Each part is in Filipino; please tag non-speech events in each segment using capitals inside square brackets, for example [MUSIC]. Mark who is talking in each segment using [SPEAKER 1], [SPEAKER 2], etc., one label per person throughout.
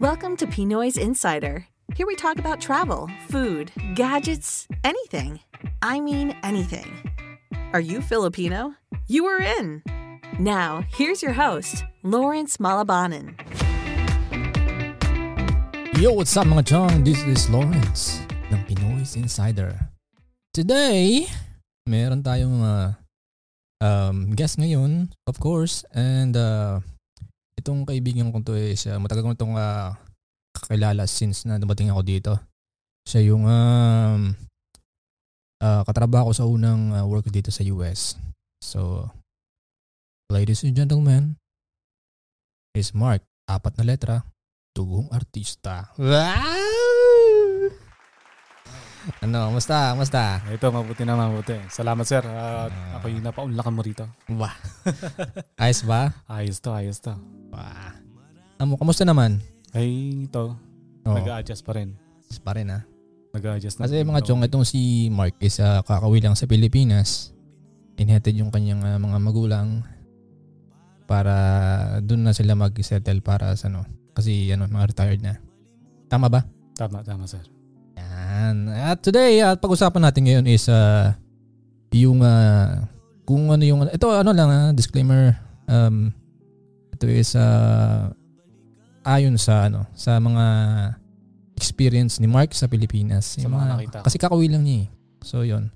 [SPEAKER 1] Welcome to Pinoy's Insider. Here we talk about travel, food, gadgets, anything. I mean, anything. Are you Filipino? You are in. Now, here's your host, Lawrence Malabanan.
[SPEAKER 2] Yo, what's up mga chong? This is Lawrence ng Pinoy's Insider. Today, meron tayong mga um, guest ngayon, of course. And uh, itong kaibigan ko to is uh, matagal ko itong uh, kakilala since na dumating ako dito. Siya yung um, uh, katrabaho ko sa unang uh, work dito sa US. So, ladies and gentlemen, is Mark, apat na letra, tugong artista. Wow! Ano, musta, musta?
[SPEAKER 3] Ito, mabuti na mabuti. Salamat sir.
[SPEAKER 2] Ah.
[SPEAKER 3] At Uh, ako yung napaunlakan mo rito. [LAUGHS]
[SPEAKER 2] Wah. Ayos ba?
[SPEAKER 3] Ayos to, ayos to.
[SPEAKER 2] Wah. Amo, kamusta naman?
[SPEAKER 3] Ay, ito.
[SPEAKER 2] Oo,
[SPEAKER 3] Nag-a-adjust pa rin.
[SPEAKER 2] pa rin ah.
[SPEAKER 3] Nag-a-adjust
[SPEAKER 2] Oh.
[SPEAKER 3] na.
[SPEAKER 2] Kasi
[SPEAKER 3] rin
[SPEAKER 2] mga
[SPEAKER 3] ako.
[SPEAKER 2] chong, itong si Mark is ah, kakauwi lang sa Pilipinas. Inheted yung kanyang ah, mga magulang para doon na sila mag-settle para sa ano. Kasi ano, mga retired na. Tama ba?
[SPEAKER 3] Tama, tama sir.
[SPEAKER 2] Yan. At today, at pag-usapan natin ngayon is ah, yung ah, kung ano yung ito ano lang ah, disclaimer um ito is ah, ayon sa ano sa mga experience ni Mark sa Pilipinas.
[SPEAKER 3] Sa
[SPEAKER 2] Yung
[SPEAKER 3] mga nakita ko.
[SPEAKER 2] Kasi kakauwi lang niya eh. So yon.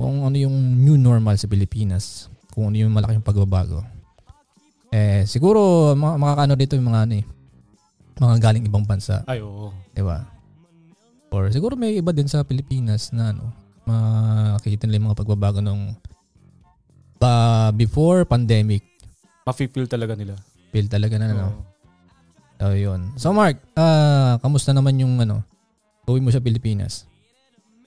[SPEAKER 2] Kung ano yung new normal sa Pilipinas, kung ano yung malaking pagbabago. Eh siguro mga, makakaano dito yung mga ano eh mga galing ibang bansa.
[SPEAKER 3] Ay, oo.
[SPEAKER 2] Di ba? Diba? Or siguro may iba din sa Pilipinas na ano, makikita nila yung mga pagbabago nung pa before pandemic.
[SPEAKER 3] Mafe-feel talaga nila.
[SPEAKER 2] Feel talaga na ano.
[SPEAKER 3] Oo.
[SPEAKER 2] So, yun. So, Mark, ah, kamusta naman yung ano, gawin mo sa Pilipinas?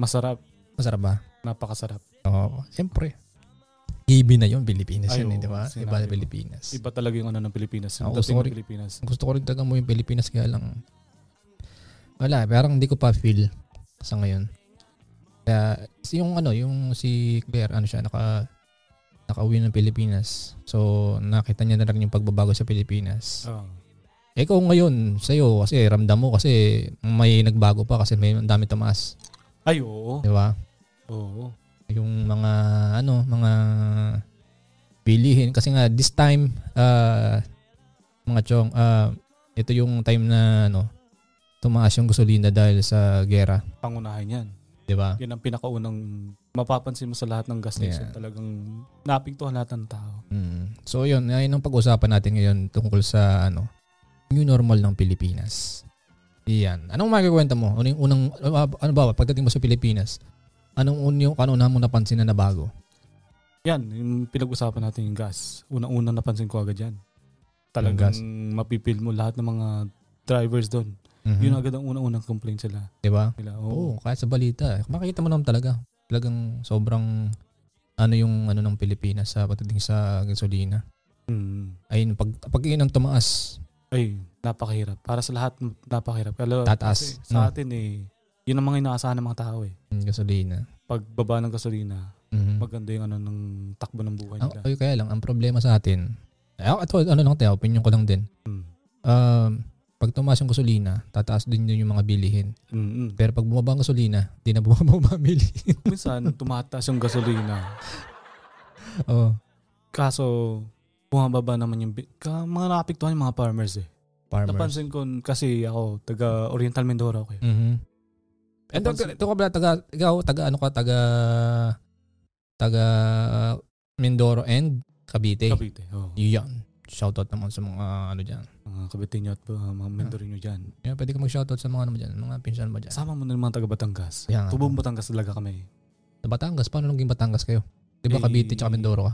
[SPEAKER 3] Masarap.
[SPEAKER 2] Masarap ba?
[SPEAKER 3] Napakasarap.
[SPEAKER 2] Oo, siyempre. Gibi na yun, Pilipinas
[SPEAKER 3] Ay,
[SPEAKER 2] yun, eh,
[SPEAKER 3] oo,
[SPEAKER 2] di ba?
[SPEAKER 3] sinabi
[SPEAKER 2] Iba na
[SPEAKER 3] mo.
[SPEAKER 2] Pilipinas.
[SPEAKER 3] Iba talaga yung ano ng Pilipinas. Yung
[SPEAKER 2] Ako,
[SPEAKER 3] dating
[SPEAKER 2] sorry.
[SPEAKER 3] ng Pilipinas.
[SPEAKER 2] Gusto ko rin talaga mo yung Pilipinas kaya lang wala, parang hindi ko pa feel sa ngayon. Kaya si yung ano, yung si Claire ano siya naka nakauwi ng Pilipinas. So nakita niya na rin yung pagbabago sa Pilipinas.
[SPEAKER 3] Oo.
[SPEAKER 2] Eh kung ngayon sa'yo kasi ramdam mo kasi may nagbago pa kasi may ang dami tumaas,
[SPEAKER 3] Ay, oo.
[SPEAKER 2] 'di ba?
[SPEAKER 3] Oo.
[SPEAKER 2] yung mga ano mga pilihin kasi nga this time uh, mga chong uh, ito yung time na ano tumaas yung gasolina dahil sa gera
[SPEAKER 3] Pangunahin yan.
[SPEAKER 2] di ba
[SPEAKER 3] Yan ang pinakaunang mapapansin mo sa lahat ng gas station.
[SPEAKER 2] Yeah.
[SPEAKER 3] Talagang napiktuhan lahat ng tao.
[SPEAKER 2] Mm. so yun ayun ang pag-usapan natin ngayon tungkol sa ano new normal ng Pilipinas iyan anong magkukwento mo ano yung unang ano ba pagdating mo sa Pilipinas anong unang ano na mo napansin na nabago
[SPEAKER 3] Yan, yung pinag-usapan natin yung gas. Unang-una napansin ko agad yan.
[SPEAKER 2] Yung
[SPEAKER 3] Talagang
[SPEAKER 2] gas. Hmm.
[SPEAKER 3] mapipil mo lahat ng mga drivers doon. Yun agad ang unang-unang complaint sila.
[SPEAKER 2] Mm-hmm. di ba
[SPEAKER 3] nila. "Oh,
[SPEAKER 2] Oo,
[SPEAKER 3] Oo.
[SPEAKER 2] kahit sa balita. eh. Makikita mo naman talaga. Talagang sobrang ano yung ano ng Pilipinas sa pagdating sa gasolina.
[SPEAKER 3] Mm.
[SPEAKER 2] Ayun, pag, pag yun ang tumaas,
[SPEAKER 3] Ay, napakahirap. Para sa lahat, napakahirap. Kala,
[SPEAKER 2] Tataas,
[SPEAKER 3] kasi
[SPEAKER 2] no?
[SPEAKER 3] Sa atin eh, yun ang mga inaasahan ng mga tao eh.
[SPEAKER 2] yung gasolina.
[SPEAKER 3] Pagbaba ng gasolina,
[SPEAKER 2] Mhm.
[SPEAKER 3] maganda yung ano ng takbo ng buhay
[SPEAKER 2] Ang,
[SPEAKER 3] nila.
[SPEAKER 2] ay, Ah, kaya lang, ang problema sa atin, eh, ako- ito, ano lang tayo, opinion ko lang din.
[SPEAKER 3] Mm.
[SPEAKER 2] Um, pag tumaas yung gasolina, tataas din yun yung mga bilihin.
[SPEAKER 3] Mm-mm.
[SPEAKER 2] Pero pag bumaba ang gasolina, di na bumaba ang mga bilihin. [LAUGHS]
[SPEAKER 3] Minsan, [LAUGHS] tumataas yung gasolina.
[SPEAKER 2] Oo.
[SPEAKER 3] Kaso, bumababa naman yung... bi- Ka, mga nakapiktuhan yung mga farmers eh.
[SPEAKER 2] farmers.
[SPEAKER 3] Napansin ko kasi ako, taga Oriental Mindoro ako eh.
[SPEAKER 2] Mhm. And
[SPEAKER 3] Napansin-
[SPEAKER 2] ito ka pala taga ikaw taga ano ka taga taga uh, Mindoro and Cavite.
[SPEAKER 3] Cavite. Oh.
[SPEAKER 2] Yan. Shoutout naman sa mga ano diyan.
[SPEAKER 3] Mga Cavite nyo at uh, mga
[SPEAKER 2] Ah.
[SPEAKER 3] Mindoro nyo dyan.
[SPEAKER 2] Yeah, pwede ka mag-shoutout sa mga ano mo diyan, mga pinsan mo diyan.
[SPEAKER 3] Sama mo na yung mga taga Batangas.
[SPEAKER 2] Yan nga.
[SPEAKER 3] Tubong Batangas talaga kami.
[SPEAKER 2] Sa Batangas, paano naging Batangas kayo? 'Di ba
[SPEAKER 3] Eh,
[SPEAKER 2] Cavite tsaka Mindoro ka?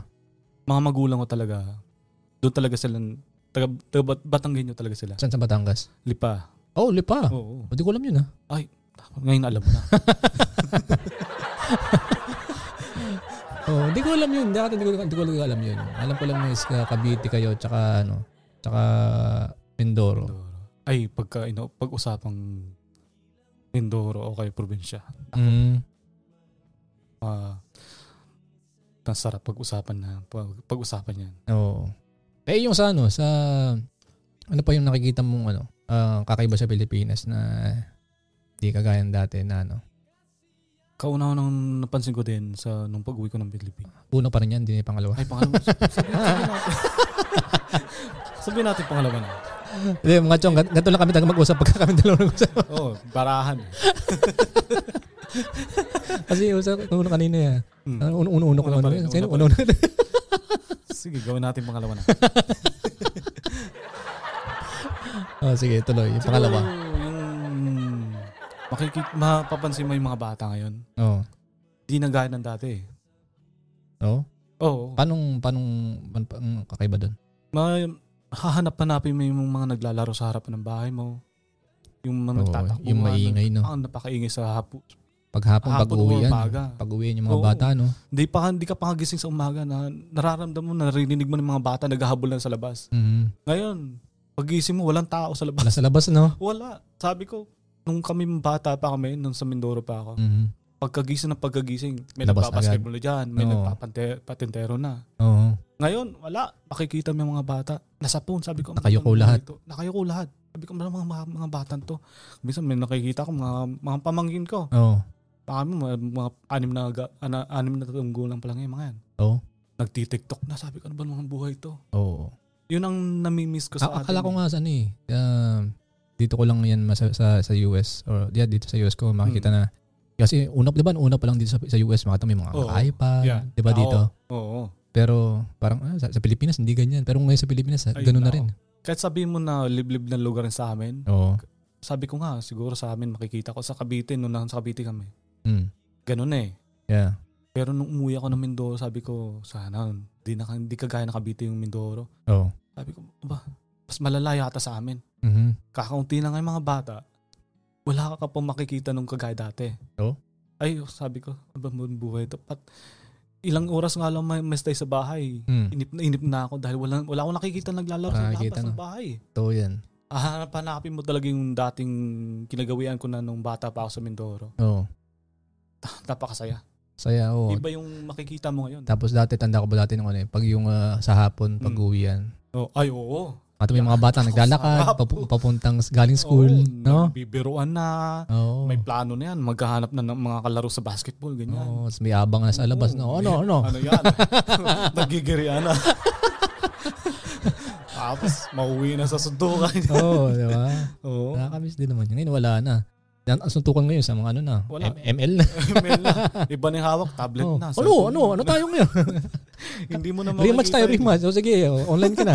[SPEAKER 3] Mga magulang ko talaga. Doon talaga sila. Taga, taga Bat- Batanggenyo talaga sila.
[SPEAKER 2] Saan sa Batangas?
[SPEAKER 3] Lipa.
[SPEAKER 2] Oh, Lipa.
[SPEAKER 3] Oo.
[SPEAKER 2] Hindi ko alam yun ah.
[SPEAKER 3] Ngayon
[SPEAKER 2] [LAUGHS]
[SPEAKER 3] alam mo na.
[SPEAKER 2] Oh, hindi ko alam yun. Dati hindi ko hindi ko talaga alam yun. Alam ko lang na is uh, Cavite kayo tsaka ano, tsaka Mindoro.
[SPEAKER 3] Mindoro. Ay, pagka, ino, pag-usapang Mindoro o kayo probinsya.
[SPEAKER 2] Mm.
[SPEAKER 3] Uh, nasarap pag-usapan na. Pag, pag-usapan yan.
[SPEAKER 2] Oo. Eh yung sa ano, sa ano pa yung nakikita mong ano, ah, kakaiba sa Pilipinas na di kagaya ng dati na ano.
[SPEAKER 3] Kauna nang napansin ko din sa nung pag-uwi ko ng Pilipinas.
[SPEAKER 2] Uno pa rin yan, hindi na yung pangalawa. [LAUGHS]
[SPEAKER 3] Ay, pangalawa. Sabi, sabi [LAUGHS] natin. sabi natin pangalawa na.
[SPEAKER 2] Hindi, mga chong, gan- ganito lang kami talaga mag-usap pagka kami dalawa nag-usap.
[SPEAKER 3] Oo, oh, barahan.
[SPEAKER 2] Kasi usap, uno kanina yan.
[SPEAKER 3] Hmm.
[SPEAKER 2] Ano, uno, uno, uno,
[SPEAKER 3] Una
[SPEAKER 2] uno,
[SPEAKER 3] pa
[SPEAKER 2] uno,
[SPEAKER 3] rin,
[SPEAKER 2] Sino?
[SPEAKER 3] una
[SPEAKER 2] uno, uno,
[SPEAKER 3] Sige, gawin natin pangalawa na.
[SPEAKER 2] [LAUGHS] Oh, sige, tuloy. Yung pangalawa.
[SPEAKER 3] Siguro Yung makikik mapapansin mo yung mga bata ngayon.
[SPEAKER 2] Oo.
[SPEAKER 3] Di na gaya ng dati. eh.
[SPEAKER 2] Oo.
[SPEAKER 3] Oo. Oh,
[SPEAKER 2] Paanong, paanong, paanong, paanong mm, kakaiba doon?
[SPEAKER 3] ma- hahanap-hanapin mo yung mga naglalaro sa harapan ng bahay mo. Yung mga
[SPEAKER 2] Oo,
[SPEAKER 3] nagtatakbo.
[SPEAKER 2] yung maingay, no?
[SPEAKER 3] Ang napakaingay sa hapo.
[SPEAKER 2] Paghapon,
[SPEAKER 3] Hapon o
[SPEAKER 2] pag-uwi yan.
[SPEAKER 3] umaga.
[SPEAKER 2] Pag-uwi yung mga
[SPEAKER 3] Oo.
[SPEAKER 2] bata, no?
[SPEAKER 3] Hindi pa hindi ka pangagising sa umaga na nararamdam mo, naririnig mo ng mga bata naghahabol lang sa labas.
[SPEAKER 2] Mhm.
[SPEAKER 3] Ngayon, pagising mo walang tao sa labas.
[SPEAKER 2] Wala sa labas,
[SPEAKER 3] [LAUGHS]
[SPEAKER 2] no?
[SPEAKER 3] Wala. Sabi ko, nung kami bata pa kami, nung sa Mindoro pa ako,
[SPEAKER 2] Mhm.
[SPEAKER 3] pagkagising ng pagkagising, may
[SPEAKER 2] Labas
[SPEAKER 3] nagbabasketball na dyan, may
[SPEAKER 2] Oo.
[SPEAKER 3] nagpapatintero na.
[SPEAKER 2] Oo.
[SPEAKER 3] Ngayon, wala. Makikita mo yung mga bata. Nasa phone, sabi ko.
[SPEAKER 2] Nakayuko
[SPEAKER 3] "Ano
[SPEAKER 2] lahat."
[SPEAKER 3] ito?" Nakayuko lahat. Sabi ko, mga, mga, mga batang to. Minsan may nakikita ko, mga, mga pamangkin ko.
[SPEAKER 2] Oo.
[SPEAKER 3] Baka may mga, mga anim na, ga- ana, anim na tatlong gulang pa lang yung mga yan.
[SPEAKER 2] Oo.
[SPEAKER 3] Nagtitiktok na. Sabi ko, ano ba mga buhay to?
[SPEAKER 2] Oo.
[SPEAKER 3] Yun ang namimiss ko sa
[SPEAKER 2] A- akala
[SPEAKER 3] atin.
[SPEAKER 2] ko nga sa ano eh. um, dito ko lang yan masa, sa, sa US or yeah, dito sa US ko makikita
[SPEAKER 3] Hmm.
[SPEAKER 2] na kasi una di ba una pa lang dito sa, sa US makita may mga
[SPEAKER 3] Oo.
[SPEAKER 2] iPad,
[SPEAKER 3] Yeah.
[SPEAKER 2] di ba
[SPEAKER 3] Ah,
[SPEAKER 2] dito?
[SPEAKER 3] Oo.
[SPEAKER 2] Pero parang ah, sa, sa Pilipinas hindi ganyan. Pero ngayon sa Pilipinas ah,
[SPEAKER 3] Ay,
[SPEAKER 2] ganun na
[SPEAKER 3] nako.
[SPEAKER 2] rin.
[SPEAKER 3] Kahit sabihin mo na liblib na lugar sa amin,
[SPEAKER 2] Oo.
[SPEAKER 3] sabi ko nga, siguro sa amin makikita ko sa Cavite, nung nasa Cavite kami.
[SPEAKER 2] Mm.
[SPEAKER 3] Ganun eh.
[SPEAKER 2] Yeah.
[SPEAKER 3] Pero nung umuwi ako ng Mindoro, sabi ko, sana, di, na, di kagaya ng Cavite yung Mindoro.
[SPEAKER 2] Oo.
[SPEAKER 3] Sabi ko, ba, mas malala yata sa amin.
[SPEAKER 2] Mhm.
[SPEAKER 3] Kakaunti na nga yung mga bata. Wala ka pa makikita nung kagaya dati.
[SPEAKER 2] Oo.
[SPEAKER 3] Ay, sabi ko, ano ba mong buhay ito? Pat, ilang oras nga lang may, may stay sa bahay.
[SPEAKER 2] Mm.
[SPEAKER 3] Inip na inip na ako dahil wala, wala akong nakikita naglalaro sa
[SPEAKER 2] Nakakita
[SPEAKER 3] labas ng
[SPEAKER 2] na.
[SPEAKER 3] bahay.
[SPEAKER 2] Totoo 'yan.
[SPEAKER 3] Ah, hanapin mo talaga yung dating kinagawian ko na nung bata pa ako sa Mindoro.
[SPEAKER 2] Oo.
[SPEAKER 3] Napakasaya.
[SPEAKER 2] Oh. Saya oo.
[SPEAKER 3] Iba yung makikita mo ngayon.
[SPEAKER 2] Tapos dati tanda ko ba dati nung ano eh, pag yung ah, sa hapon pag
[SPEAKER 3] Mm.
[SPEAKER 2] uwian.
[SPEAKER 3] Oh, ay, oo.
[SPEAKER 2] At may
[SPEAKER 3] [LAUGHS]
[SPEAKER 2] mga bata
[SPEAKER 3] Ako,
[SPEAKER 2] naglalakad
[SPEAKER 3] sarap.
[SPEAKER 2] papu- papuntang s- galing school, no?
[SPEAKER 3] Bibiruan na.
[SPEAKER 2] Oo.
[SPEAKER 3] May plano na yan. Maghahanap na ng mga kalaro sa basketball. Ganyan.
[SPEAKER 2] Oo, tas may abang na sa labas, no?
[SPEAKER 3] Oo.
[SPEAKER 2] Ano, ano?
[SPEAKER 3] [LAUGHS] Ano
[SPEAKER 2] [LAUGHS]
[SPEAKER 3] yan? Nagigirian na. [LAUGHS] Tapos, mauwi na sa sundukan.
[SPEAKER 2] Oo, di ba?
[SPEAKER 3] [LAUGHS] Oo.
[SPEAKER 2] Nakakamiss din naman. yun. Ngayon, wala na. Ang ang suntukan ngayon sa mga ano na,
[SPEAKER 3] Wala.
[SPEAKER 2] M- ML na.
[SPEAKER 3] Email na. Iba na yung hawak. Tablet
[SPEAKER 2] Oo.
[SPEAKER 3] na.
[SPEAKER 2] Ano,
[SPEAKER 3] cellphone
[SPEAKER 2] ano,
[SPEAKER 3] na.
[SPEAKER 2] ano tayo
[SPEAKER 3] [LAUGHS]
[SPEAKER 2] ngayon?
[SPEAKER 3] Hindi mo na
[SPEAKER 2] rematch
[SPEAKER 3] makikita
[SPEAKER 2] tayo,
[SPEAKER 3] yun.
[SPEAKER 2] rematch. O sige, o, online
[SPEAKER 3] [LAUGHS]
[SPEAKER 2] ka na.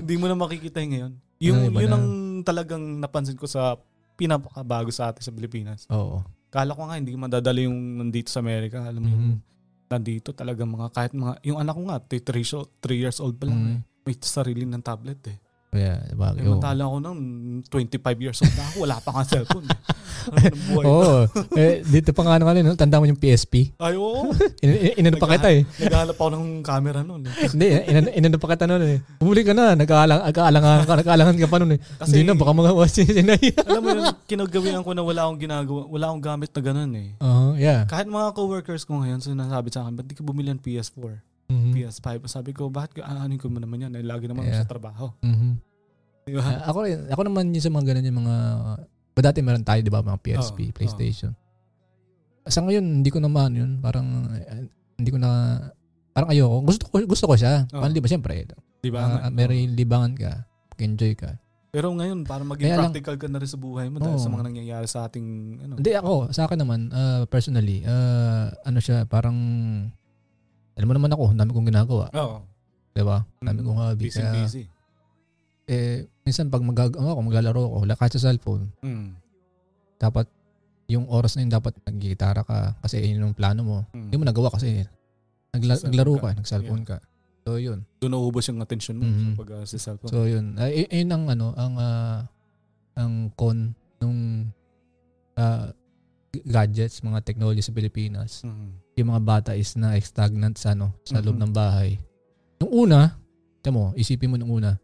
[SPEAKER 3] Hindi mo na makikita yun ngayon. Yung,
[SPEAKER 2] Ano, iba
[SPEAKER 3] yun
[SPEAKER 2] na.
[SPEAKER 3] ang talagang napansin ko sa pinapakabago sa atin sa Pilipinas.
[SPEAKER 2] Oo.
[SPEAKER 3] Kala ko nga hindi madadali yung nandito sa Amerika. Alam mo yung
[SPEAKER 2] Mhm.
[SPEAKER 3] nandito talaga mga kahit mga yung anak ko nga 3 years old pa lang eh.
[SPEAKER 2] Mm.
[SPEAKER 3] may sarili ng tablet eh.
[SPEAKER 2] Kaya, di ba?
[SPEAKER 3] Eh,
[SPEAKER 2] Oo.
[SPEAKER 3] matala ko nang 25 years old na ako, wala pa nga [LAUGHS] cellphone. eh. Ano ba ng buhay?
[SPEAKER 2] Oo. eh, dito pa nga ano kanina, no? tanda mo yung PSP.
[SPEAKER 3] Ay, oo.
[SPEAKER 2] In- in- Inano pa kita eh.
[SPEAKER 3] Naghahanap ako ng camera noon. eh.
[SPEAKER 2] Hindi, eh, inano, inano pa kita noon eh. Bumuli ka na, nag-aalang, nag-aalangan ka, nag-aalangan ka pa noon eh.
[SPEAKER 3] Kasi-
[SPEAKER 2] Hindi na, baka mga [LAUGHS] wasin
[SPEAKER 3] [LAUGHS]
[SPEAKER 2] sinay.
[SPEAKER 3] Alam mo yun, kinagawian ko na wala akong ginagawa, wala akong gamit na ganun eh.
[SPEAKER 2] Oo, yeah.
[SPEAKER 3] Kahit mga coworkers ko ngayon, sinasabi sa akin, ba't di ka bumili ng PS4,
[SPEAKER 2] Mhm.
[SPEAKER 3] PS5? Sabi ko, bakit ka aanin ko mo naman yan? Eh, lagi naman ako
[SPEAKER 2] Yeah.
[SPEAKER 3] sa trabaho.
[SPEAKER 2] Mhm.
[SPEAKER 3] Di ba?
[SPEAKER 2] Ah, ako rin, ako naman yung sa mga ganun yung mga ba dati meron tayo 'di ba mga PSP,
[SPEAKER 3] Oo,
[SPEAKER 2] PlayStation. Sa ngayon hindi ko naman yun, parang eh, hindi ko na parang ayoko. Gusto ko gusto ko siya.
[SPEAKER 3] Oo.
[SPEAKER 2] Parang di ba siyempre,
[SPEAKER 3] Di ba?
[SPEAKER 2] ah,
[SPEAKER 3] nga?
[SPEAKER 2] may libangan ka, enjoy ka.
[SPEAKER 3] Pero ngayon, para maging
[SPEAKER 2] Kaya lang-
[SPEAKER 3] practical ka na rin sa buhay mo dahil
[SPEAKER 2] Oo.
[SPEAKER 3] sa mga nangyayari sa ating, ano,
[SPEAKER 2] Hindi ako, sa akin naman ah, personally, ah, ano siya, parang alam mo naman ako, ang dami kong ginagawa,
[SPEAKER 3] oo,
[SPEAKER 2] 'di ba? Ang dami kong hobby.
[SPEAKER 3] Hmm. busy,
[SPEAKER 2] Kaya,
[SPEAKER 3] busy.
[SPEAKER 2] eh minsan pag magag ano ako, maglalaro ako, wala kahit sa cellphone,
[SPEAKER 3] Mm,
[SPEAKER 2] dapat yung oras na yun dapat naggigitara ka kasi yun yung plano mo.
[SPEAKER 3] mm.
[SPEAKER 2] Hindi mo nagawa kasi nagla-
[SPEAKER 3] Cellphone
[SPEAKER 2] naglaro
[SPEAKER 3] ka.
[SPEAKER 2] ka, nag-cellphone ka. So yun.
[SPEAKER 3] Doon nauubos yung attention mo
[SPEAKER 2] Mhm.
[SPEAKER 3] sa pag uh, sa cellphone.
[SPEAKER 2] So yun. Ay, ay- ayun ang ano, ang ah, ang con nung ah, g- gadgets, mga technology sa Pilipinas.
[SPEAKER 3] Mhm.
[SPEAKER 2] Yung mga bata is na stagnant sa ano, sa loob
[SPEAKER 3] Mhm.
[SPEAKER 2] ng bahay. Nung una, tiyan mo, isipin mo nung una,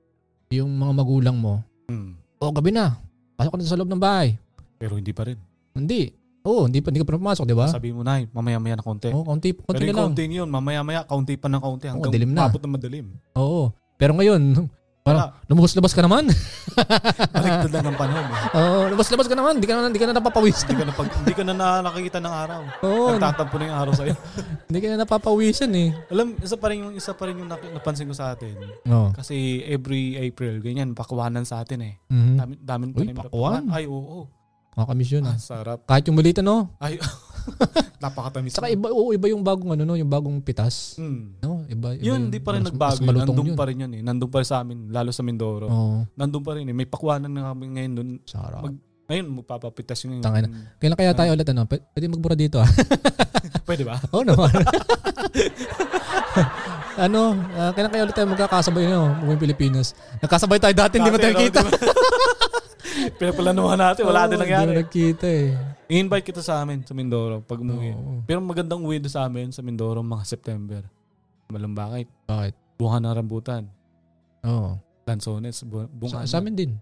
[SPEAKER 2] yung mga magulang mo,
[SPEAKER 3] Mm.
[SPEAKER 2] oh gabi na, pasok ka na sa loob ng bahay.
[SPEAKER 3] Pero hindi pa rin.
[SPEAKER 2] Hindi. Oo, hindi, pa- hindi ka pa pumasok, di ba?
[SPEAKER 3] Sabihin mo na, mamaya-maya na konti.
[SPEAKER 2] Oo, konti,
[SPEAKER 3] Pero
[SPEAKER 2] konti na
[SPEAKER 3] yung
[SPEAKER 2] lang.
[SPEAKER 3] konti yun, mamaya-maya, kaunti pa ng kaunti hanggang
[SPEAKER 2] dilim na.
[SPEAKER 3] mabot na madalim.
[SPEAKER 2] Oo. Pero ngayon, [LAUGHS] Parang, lumabas-labas ka naman. [LAUGHS]
[SPEAKER 3] Baliktad lang ang panahon. [LAUGHS] eh.
[SPEAKER 2] Oo, lumabas-labas ka naman. Hindi ka na, hindi ka na napapawisan.
[SPEAKER 3] [LAUGHS] Hindi ka na, pag, hindi ka na, na- nakakita ng araw.
[SPEAKER 2] Oo,
[SPEAKER 3] Nagtatampo na yung araw sa'yo. [LAUGHS]
[SPEAKER 2] hindi ka na napapawisan eh.
[SPEAKER 3] Alam, isa pa rin yung, isa pa rin yung nak- napansin ko sa atin.
[SPEAKER 2] Oo.
[SPEAKER 3] Kasi every April, ganyan, pakuwanan sa atin eh.
[SPEAKER 2] Mhm.
[SPEAKER 3] Dami, daming
[SPEAKER 2] Uy,
[SPEAKER 3] paninda-
[SPEAKER 2] pakuan?
[SPEAKER 3] Ay, oo.
[SPEAKER 2] Nakakamiss yun ah.
[SPEAKER 3] Ah, sarap.
[SPEAKER 2] Kahit yung maliit ano.
[SPEAKER 3] Ay, napakatamis.
[SPEAKER 2] Saka iba, oo, iba yung bagong ano no, yung bagong pitas.
[SPEAKER 3] Mm.
[SPEAKER 2] No, iba, iba
[SPEAKER 3] Yun, di pa rin
[SPEAKER 2] mas- Mas
[SPEAKER 3] nagbago.
[SPEAKER 2] malutong
[SPEAKER 3] Nandun
[SPEAKER 2] yun. Oh.
[SPEAKER 3] pa rin yun eh. Nandun pa rin sa amin, lalo sa Mindoro.
[SPEAKER 2] Oo,
[SPEAKER 3] Nandun pa rin eh. May pakuanan na kami ngayon dun.
[SPEAKER 2] sarap.
[SPEAKER 3] Mag- Ah. Ngayon, magpapapitas yun. eh. Hmm.
[SPEAKER 2] Tangay Kailan kaya tayo ulit ano? P- pwede magbura dito ah. [LAUGHS]
[SPEAKER 3] Pwede ba?
[SPEAKER 2] Oo naman. ano, ah, kailan kaya ulit tayo magkakasabay no, buong Pilipinas. Nagkasabay tayo dati, [LAUGHS] hindi mo tayo
[SPEAKER 3] Dati, no, [LAUGHS]
[SPEAKER 2] kita.
[SPEAKER 3] di ba? Pinapalanuhan natin, wala
[SPEAKER 2] Oo,
[SPEAKER 3] din
[SPEAKER 2] Hindi
[SPEAKER 3] nangyari.
[SPEAKER 2] mo nagkita eh.
[SPEAKER 3] I-invite kita sa amin, sa Mindoro, pag umuwi.
[SPEAKER 2] Oo.
[SPEAKER 3] Pero magandang uwi doon sa amin, sa Mindoro, mga September. Malam bakit?
[SPEAKER 2] Bakit?
[SPEAKER 3] Bunga ng rambutan.
[SPEAKER 2] Oo.
[SPEAKER 3] Lanzones, bu- bunga.
[SPEAKER 2] Sa, sa amin din.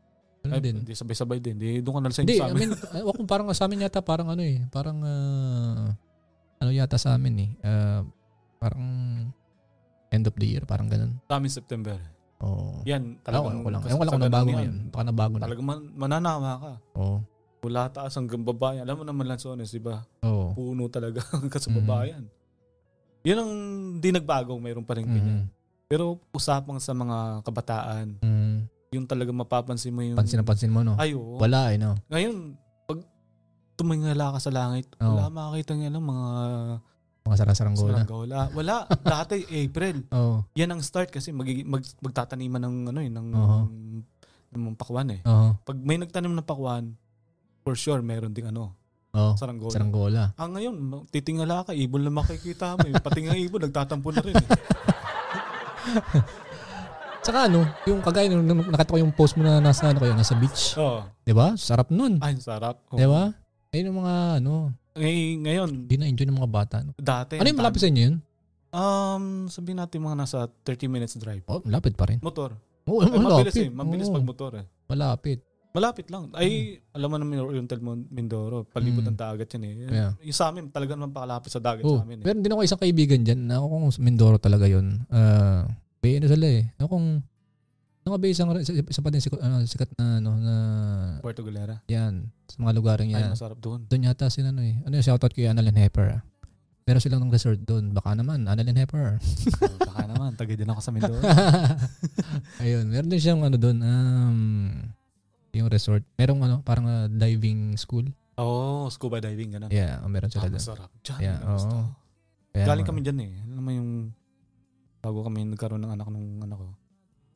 [SPEAKER 2] Ano
[SPEAKER 3] Ay,
[SPEAKER 2] din.
[SPEAKER 3] Hindi, sabay-sabay din. Hindi, doon ka nalasing
[SPEAKER 2] Hindi,
[SPEAKER 3] sa
[SPEAKER 2] I
[SPEAKER 3] amin.
[SPEAKER 2] mean, uh, ako parang sa amin yata parang ano eh, parang ah, ano yata sa amin eh, ah, parang end of the year, parang ganun.
[SPEAKER 3] sa amin September.
[SPEAKER 2] Oo. Ah,
[SPEAKER 3] Yan,
[SPEAKER 2] Ewan
[SPEAKER 3] talagang...
[SPEAKER 2] ko lang. Ewan ko lang kung
[SPEAKER 3] kasagsagan ano
[SPEAKER 2] nabago
[SPEAKER 3] yan.
[SPEAKER 2] ngayon. Baka nabago na.
[SPEAKER 3] Talagang man, mananawa ka.
[SPEAKER 2] Oo.
[SPEAKER 3] Mula taas hanggang baba. yan. Alam mo naman Lanzones, di ba?
[SPEAKER 2] Oo.
[SPEAKER 3] Puno talaga hanggang sa baba
[SPEAKER 2] Mhm.
[SPEAKER 3] yan. Yun ang di nagbago, mayroon pa rin
[SPEAKER 2] Mm.
[SPEAKER 3] ganyan. Pero usapang sa mga kabataan,
[SPEAKER 2] Mm.
[SPEAKER 3] yung talaga mapapansin mo yung...
[SPEAKER 2] Pansin na pansin mo, no?
[SPEAKER 3] Ay, oo.
[SPEAKER 2] Wala eh, no?
[SPEAKER 3] Ngayon, pag tumingala ka sa langit,
[SPEAKER 2] Oo.
[SPEAKER 3] wala makakita niya lang mga
[SPEAKER 2] Mga sarasaranggola.
[SPEAKER 3] saranggola. Wala. Dati, April.
[SPEAKER 2] Oo.
[SPEAKER 3] Yan ang start kasi magigi- mag, magtataniman ng ano eh, ng,
[SPEAKER 2] Oo.
[SPEAKER 3] ng pakwan eh.
[SPEAKER 2] Oo.
[SPEAKER 3] Pag may nagtanim ng pakwan, for sure meron ding ano,
[SPEAKER 2] Oo.
[SPEAKER 3] saranggola.
[SPEAKER 2] Saranggola.
[SPEAKER 3] ah, ngayon, ma- titingala ka, ibon lang makikita mo. eh. Pati nga ibon, [LAUGHS] nagtatampo na rin eh.
[SPEAKER 2] Tsaka ano, yung kagaya nung nung nakita ko yung post mo na nasa ano kayo, nasa beach.
[SPEAKER 3] Oo.
[SPEAKER 2] 'Di ba? Sarap nun.
[SPEAKER 3] Ay, sarap. Oo.
[SPEAKER 2] 'Di ba? Ayun yung mga ano,
[SPEAKER 3] Ngay- ngayon,
[SPEAKER 2] hindi na enjoy ng mga bata. No?
[SPEAKER 3] dati.
[SPEAKER 2] Ano yung malapit sa inyo yun?
[SPEAKER 3] Um, sabihin natin mga nasa 30 minutes drive.
[SPEAKER 2] Oh, malapit pa rin.
[SPEAKER 3] Motor.
[SPEAKER 2] Oo,
[SPEAKER 3] Ay, mabilis
[SPEAKER 2] Mm, malapit.
[SPEAKER 3] eh. Mabilis
[SPEAKER 2] Oo,
[SPEAKER 3] pag motor eh.
[SPEAKER 2] Malapit.
[SPEAKER 3] Malapit lang. Ay, alam mo naman yung Oriental Mon- Mindoro, palibot
[SPEAKER 2] Mm.
[SPEAKER 3] ng dagat yan eh.
[SPEAKER 2] Yeah.
[SPEAKER 3] Yung sa amin, talaga naman pakalapit sa dagat
[SPEAKER 2] Oh,
[SPEAKER 3] sa amin eh.
[SPEAKER 2] meron din ako isang kaibigan dyan. Ako kung sa Mindoro talaga yun. Ah, may ano sila eh. Ako kung Naka ba isang isa, isa pa din sikat, ano, sikat na ano na
[SPEAKER 3] Puerto Galera.
[SPEAKER 2] yan sa mga lugar
[SPEAKER 3] Ay,
[SPEAKER 2] yan.
[SPEAKER 3] masarap doon.
[SPEAKER 2] Doon yata sila ano eh. Ano yung shoutout kay Annalyn Hepper. ah. Meron silang ng resort doon. Baka naman Annalyn Hepper.
[SPEAKER 3] Oh, Baka naman, tagay din ako sa Mindoro.
[SPEAKER 2] [LAUGHS] Ayun, meron din siyang ano doon um yung resort. Merong ano, parang ah, diving school.
[SPEAKER 3] Oo, oh, scuba diving, gano'n.
[SPEAKER 2] Yeah, oh, meron
[SPEAKER 3] ah,
[SPEAKER 2] sila doon.
[SPEAKER 3] masarap. Diyan,
[SPEAKER 2] Yeah,
[SPEAKER 3] gusto.
[SPEAKER 2] oo. Kaya,
[SPEAKER 3] Galing kami dyan eh. Alam mo yung, bago kami nagkaroon ng anak nung anak ko,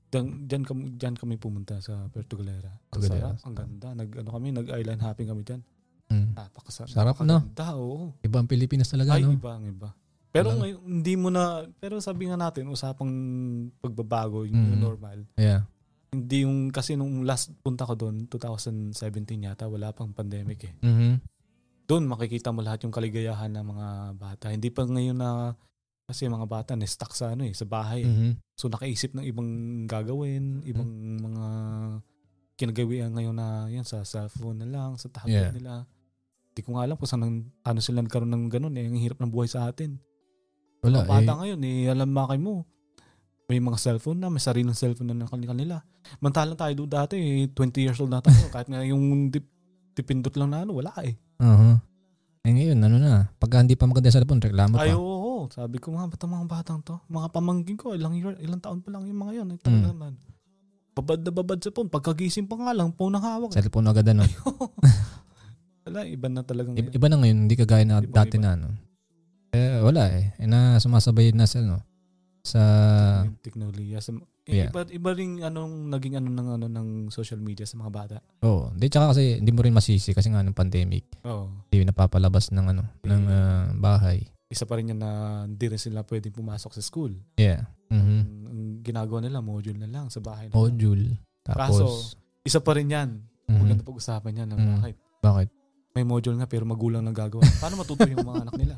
[SPEAKER 3] Diyan, diyan, kami, diyan kami pumunta sa Puerto Galera. Ang
[SPEAKER 2] Puerto Galera.
[SPEAKER 3] sarap, ang ganda. Nag, ano kami, nag-island hopping kami dyan.
[SPEAKER 2] Mm.
[SPEAKER 3] Napakasarap.
[SPEAKER 2] Sarap, no?
[SPEAKER 3] Napakaganda, oo.
[SPEAKER 2] Iba ang Pilipinas talaga,
[SPEAKER 3] Ay,
[SPEAKER 2] no?
[SPEAKER 3] iba, ang iba. Pero
[SPEAKER 2] Wala.
[SPEAKER 3] ngayon, hindi mo na, pero sabi nga natin, usapang pagbabago, yung
[SPEAKER 2] Mm.
[SPEAKER 3] new normal.
[SPEAKER 2] Yeah.
[SPEAKER 3] Hindi yung, kasi nung last punta ko doon, 2017 yata, wala pang pandemic eh.
[SPEAKER 2] Mhm.
[SPEAKER 3] Doon makikita mo lahat yung kaligayahan ng mga bata. Hindi pa ngayon na, kasi mga bata na-stuck sa ano eh, sa bahay.
[SPEAKER 2] Mhm.
[SPEAKER 3] So nakaisip ng ibang gagawin, ibang mga kinagawian ngayon na yan sa cellphone na lang, sa tablet
[SPEAKER 2] Yeah.
[SPEAKER 3] nila. Hindi ko nga alam kung saan ang- ano sila nagkaroon ng ganun eh. Ang hirap ng buhay sa atin.
[SPEAKER 2] Wala
[SPEAKER 3] Mga bata ngayon, eh, alam makay mo, may mga cellphone na, may sariling cellphone na ng kanila nila. Mantalang tayo doon dati, eh, 20 years old na tayo. kahit nga yung dip, dipindot lang na ano, wala eh.
[SPEAKER 2] eh. Uh-huh. Eh ngayon, ano na, pagka hindi pa maganda sa cellphone, reklamo Ano pa.
[SPEAKER 3] Ay, oo, oo. Sabi ko, mga ba't ang mga batang to? Mga pamangkin ko, ilang, year, ilang taon pa lang yung mga yun. Eh, talaga
[SPEAKER 2] Mm.
[SPEAKER 3] naman. Babad na babad sa phone. Pagkagising pa nga lang, phone ang hawak. eh.
[SPEAKER 2] Cellphone agad ano.
[SPEAKER 3] Wala, iba na talaga
[SPEAKER 2] I-
[SPEAKER 3] ngayon.
[SPEAKER 2] iba na ngayon, hindi kagaya na
[SPEAKER 3] Ibang
[SPEAKER 2] dati
[SPEAKER 3] iba.
[SPEAKER 2] na ano. Eh wala eh. Eh, na sumasabay na sa ano sa
[SPEAKER 3] Yung technology. Sa,
[SPEAKER 2] Yeah.
[SPEAKER 3] iba, iba rin anong naging ano ng, ano, ng social media sa mga bata.
[SPEAKER 2] oh, hindi tsaka kasi hindi mo rin masisi kasi nga nung pandemic,
[SPEAKER 3] Oo.
[SPEAKER 2] hindi napapalabas ng ano ng
[SPEAKER 3] Eh.
[SPEAKER 2] ah, bahay.
[SPEAKER 3] Isa pa rin yan na hindi rin sila pwedeng pumasok sa school.
[SPEAKER 2] Yeah. Mhm.
[SPEAKER 3] Ang- Ang ginagawa nila, module na lang sa bahay. na lang.
[SPEAKER 2] Module. Tapos
[SPEAKER 3] Isa pa rin yan.
[SPEAKER 2] Mhm.
[SPEAKER 3] Maganda pag-usapan yan. ng
[SPEAKER 2] Mm.
[SPEAKER 3] Bakit?
[SPEAKER 2] bakit?
[SPEAKER 3] May module nga pero magulang na gagawa. Paano matuto yung mga anak nila?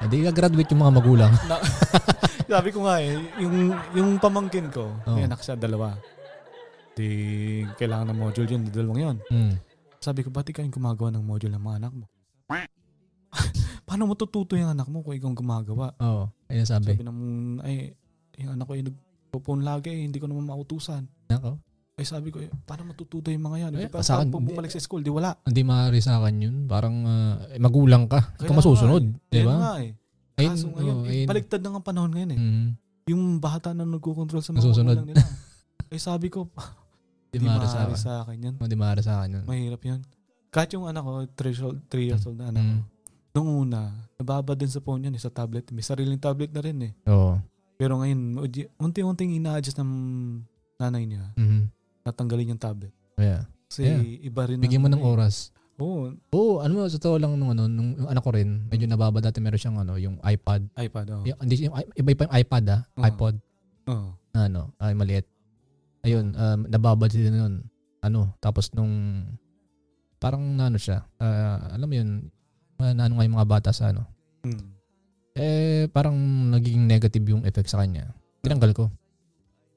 [SPEAKER 2] Hindi gagraduate yung mga magulang. [LAUGHS]
[SPEAKER 3] Sabi ko nga eh, yung, yung pamangkin ko, may
[SPEAKER 2] Oo.
[SPEAKER 3] anak siya, dalawa. Di, kailangan ng module yun, dalawang yun.
[SPEAKER 2] Mm.
[SPEAKER 3] Sabi ko, ba't ikaw yung gumagawa ng module ng mga anak mo? [LAUGHS] Paano matututo yung anak mo kung ikaw ang gumagawa?
[SPEAKER 2] Oo. Oh, ayun sabi.
[SPEAKER 3] Sabi ng, ay, yung anak ko ay nag phone lagi eh, hindi ko naman mautusan.
[SPEAKER 2] Nako.
[SPEAKER 3] Eh sabi ko, eh, paano matututo yung mga yan? Eh,
[SPEAKER 2] Eh,
[SPEAKER 3] pag,
[SPEAKER 2] sa akin,
[SPEAKER 3] pag bumalik sa school, di wala.
[SPEAKER 2] Hindi maaari sa akin yun. Parang ah, eh, magulang ka. Ikaw
[SPEAKER 3] Kaya
[SPEAKER 2] masusunod.
[SPEAKER 3] nga eh.
[SPEAKER 2] Di
[SPEAKER 3] Yan
[SPEAKER 2] ba?
[SPEAKER 3] nga eh.
[SPEAKER 2] Ayun,
[SPEAKER 3] Kaso ngayon,
[SPEAKER 2] oo,
[SPEAKER 3] eh,
[SPEAKER 2] ayun.
[SPEAKER 3] baliktad na nga panahon ngayon eh.
[SPEAKER 2] Mm,
[SPEAKER 3] Yung bata na nagkocontrol sa mga
[SPEAKER 2] Nasusunod.
[SPEAKER 3] magulang nila. eh sabi ko,
[SPEAKER 2] Hindi
[SPEAKER 3] di
[SPEAKER 2] maaari sa
[SPEAKER 3] maaari
[SPEAKER 2] akin.
[SPEAKER 3] sa akin yan.
[SPEAKER 2] Hindi maaari sa akin yun.
[SPEAKER 3] Mahirap yan. Kahit yung anak ko, 3 years old, three years old na anak ko.
[SPEAKER 2] Mm.
[SPEAKER 3] Nung una, nababa din sa phone yan, eh, sa tablet. May sariling tablet na rin eh.
[SPEAKER 2] Oo.
[SPEAKER 3] Pero ngayon, uji- unti-unting ina-adjust ng nanay niya.
[SPEAKER 2] Mhm.
[SPEAKER 3] Natanggalin yung tablet.
[SPEAKER 2] Yeah.
[SPEAKER 3] Kasi
[SPEAKER 2] Yeah.
[SPEAKER 3] iba rin.
[SPEAKER 2] Bigyan mo ng oras.
[SPEAKER 3] Oo,
[SPEAKER 2] Oo, ano mo, sa totoo lang nung, ano, nung anak ko rin, medyo nababa dati meron siyang ano, yung iPad.
[SPEAKER 3] iPad. Oo.
[SPEAKER 2] Yung- Hindi, yung, iba pa yung iPad ah,
[SPEAKER 3] Oo.
[SPEAKER 2] iPod.
[SPEAKER 3] Oo.
[SPEAKER 2] na ano, ay maliit. Ayun, um, nababad din nun. Ano, tapos nung parang ano siya, ah, alam mo yun, uh, ano nga yung mga bata sa ano.
[SPEAKER 3] Mm.
[SPEAKER 2] Eh, parang naging negative yung effect sa kanya. Tinanggal ko.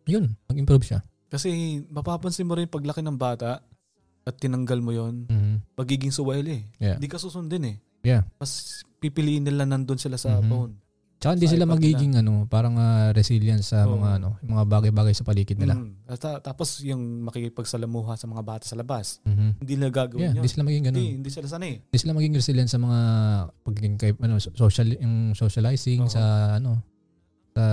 [SPEAKER 2] Yun, nag-improve siya.
[SPEAKER 3] Kasi mapapansin mo rin paglaki ng bata at tinanggal mo yon
[SPEAKER 2] Mhm.
[SPEAKER 3] magiging suwail eh.
[SPEAKER 2] Yeah.
[SPEAKER 3] Hindi ka susundin eh.
[SPEAKER 2] Yeah.
[SPEAKER 3] Mas pipiliin nila nandun sila sa
[SPEAKER 2] Mhm.
[SPEAKER 3] phone.
[SPEAKER 2] Tsaka hindi
[SPEAKER 3] Sa
[SPEAKER 2] sila
[SPEAKER 3] iPad
[SPEAKER 2] magiging ano, parang ah, resilient sa
[SPEAKER 3] Oo.
[SPEAKER 2] mga ano, mga bagay-bagay sa paligid nila.
[SPEAKER 3] Mm. At ta- tapos yung makikipagsalamuha sa mga bata sa labas.
[SPEAKER 2] Mhm.
[SPEAKER 3] Hindi nila
[SPEAKER 2] Yeah,
[SPEAKER 3] gagawin yun.
[SPEAKER 2] hindi sila magiging ganun. Mm.
[SPEAKER 3] Hindi, hindi sila sanay.
[SPEAKER 2] Hindi sila magiging resilient sa mga pagiging kay, ano, so- social, yung socializing
[SPEAKER 3] Oo.
[SPEAKER 2] sa ano, sa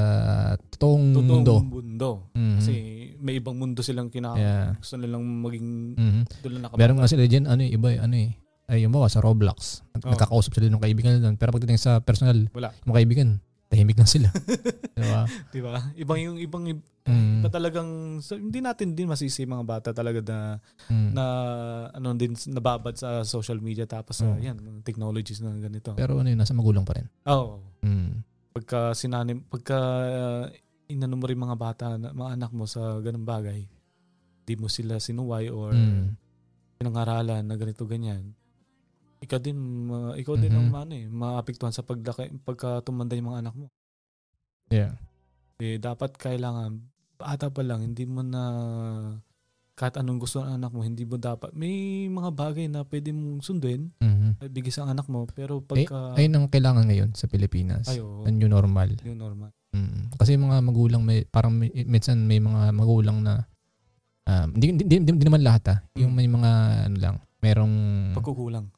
[SPEAKER 2] totoong
[SPEAKER 3] Totoong
[SPEAKER 2] mundo.
[SPEAKER 3] mundo.
[SPEAKER 2] Mhm.
[SPEAKER 3] Kasi ah, may ibang mundo silang kinaka...
[SPEAKER 2] Yeah.
[SPEAKER 3] Gusto nilang maging
[SPEAKER 2] Mhm.
[SPEAKER 3] doon lang nakabata.
[SPEAKER 2] Meron nga sila dyan, ano eh, iba eh, ano eh. Ay, yung mga sa Roblox. Nag-
[SPEAKER 3] Oo.
[SPEAKER 2] Nagkakausap sila ng kaibigan nila. doon. Pero pagdating sa personal,
[SPEAKER 3] Wala.
[SPEAKER 2] yung mga kaibigan, tahimik lang
[SPEAKER 3] [LAUGHS]
[SPEAKER 2] sila. [LAUGHS] diba?
[SPEAKER 3] Di ba? Ibang yung ibang
[SPEAKER 2] Mm,
[SPEAKER 3] iba talagang so, hindi natin din masisi yung mga bata talaga na
[SPEAKER 2] mm.
[SPEAKER 3] na ano din nababad sa social media tapos sa
[SPEAKER 2] Oo.
[SPEAKER 3] yan mga technologies na ganito.
[SPEAKER 2] Pero ano yun, nasa magulang pa rin.
[SPEAKER 3] Oo.
[SPEAKER 2] Mm.
[SPEAKER 3] pagka sinanim pagka uh, inano mo rin mga bata na- mga anak mo sa ganung bagay di mo sila sinuway or
[SPEAKER 2] Mm.
[SPEAKER 3] pinangaralan na ganito ganyan ikaw din ma- ikaw din
[SPEAKER 2] Mhm.
[SPEAKER 3] ang ano eh maapektuhan sa paglaki pagka tumanda yung mga anak mo
[SPEAKER 2] Yeah.
[SPEAKER 3] eh dapat kailangan ata pa lang hindi mo na kahit anong gusto ng anak mo hindi mo dapat may mga bagay na pwede mong sunduin
[SPEAKER 2] Mhm.
[SPEAKER 3] ay bigay sa anak mo pero pagka
[SPEAKER 2] Ayun ang kailangan ngayon sa Pilipinas.
[SPEAKER 3] ay, oo,
[SPEAKER 2] Ang new normal.
[SPEAKER 3] yun normal
[SPEAKER 2] Mm. Kasi yung mga magulang may parang may, minsan may mga magulang na um, hindi, hindi, hindi, hindi naman lahat ah. Yung may mga ano lang, merong
[SPEAKER 3] pagkukulang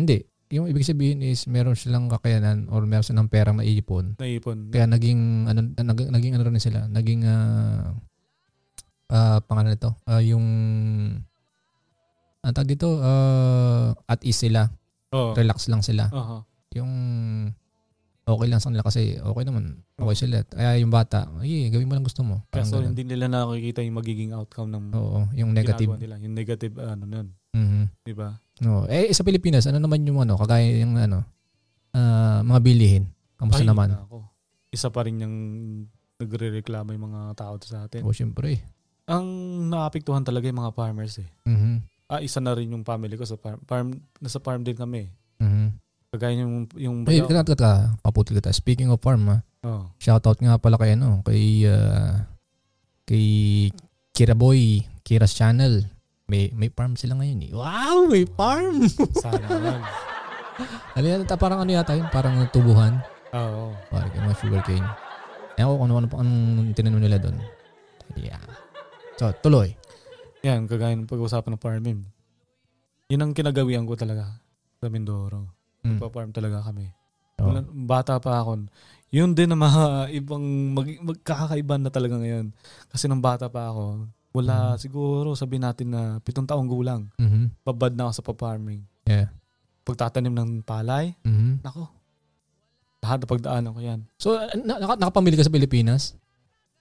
[SPEAKER 2] hindi. Yung ibig sabihin is meron silang kakayanan or meron silang perang maiipon
[SPEAKER 3] naipon
[SPEAKER 2] Kaya naging ano nag- naging ano rin sila, naging ah ah, pangalan nito, ah, yung ang tawag dito, ah, at ease sila,
[SPEAKER 3] oo
[SPEAKER 2] relax lang sila.
[SPEAKER 3] Aha.
[SPEAKER 2] Yung okay lang sa nila kasi okay naman, okay sila. Kaya yung bata, ay gawin mo lang gusto mo. Parang
[SPEAKER 3] Kaso
[SPEAKER 2] ganun.
[SPEAKER 3] hindi nila nakikita yung magiging outcome ng
[SPEAKER 2] Oo, yung negative.
[SPEAKER 3] ginagawa nila. Yung negative ano nun.
[SPEAKER 2] Mhm.
[SPEAKER 3] Di ba?
[SPEAKER 2] Oo. Eh sa Pilipinas, ano naman yung ano, kagaya yung ano, ah, mga bilihin. Kamusta
[SPEAKER 3] Ay,
[SPEAKER 2] naman?
[SPEAKER 3] nako. Isa pa rin yung nagre-reklamo yung mga tao sa atin.
[SPEAKER 2] Oo, syempre.
[SPEAKER 3] Ang naapektuhan talaga yung mga farmers eh.
[SPEAKER 2] Mhm.
[SPEAKER 3] Ah, isa na rin yung family ko sa farm. farm nasa farm din kami. eh.
[SPEAKER 2] Mhm.
[SPEAKER 3] Kagaya yung... yung
[SPEAKER 2] Ay, kata, kata, Eh, paputol kita. Speaking of farm, ah,
[SPEAKER 3] oh.
[SPEAKER 2] Shoutout nga pala kay ano, kay ah, kay Kira Boy, Kira's Channel. May may farm sila ngayon eh. Wow, may farm.
[SPEAKER 3] [LAUGHS] Sana naman.
[SPEAKER 2] ano yan? Ta- parang ano yata yun, parang tubuhan,
[SPEAKER 3] Oo.
[SPEAKER 2] parang yung mga sugarcane. Ewan ko kung ano ano pa anong tinanim nila doon. Yeah. So, tuloy.
[SPEAKER 3] Yan, kagaya ng pag-uusapan ng farming. Yun ang kinagawian ko talaga sa Mindoro.
[SPEAKER 2] Mm. Oh.
[SPEAKER 3] Pa-farm talaga kami.
[SPEAKER 2] Oo.
[SPEAKER 3] Wala- bata pa ako. Yun din ang mga ibang mag, magkakaiba na talaga ngayon. Kasi nung bata pa ako, wala
[SPEAKER 2] Mhm.
[SPEAKER 3] siguro sabi natin na pitong taong gulang,
[SPEAKER 2] Mhm.
[SPEAKER 3] babad na ako sa pa-farming.
[SPEAKER 2] Yeah.
[SPEAKER 3] Pagtatanim ng palay,
[SPEAKER 2] Mhm.
[SPEAKER 3] nako. Lahat na pagdaanan ko yan.
[SPEAKER 2] So, ah, na, naka, nakapamili ka sa Pilipinas?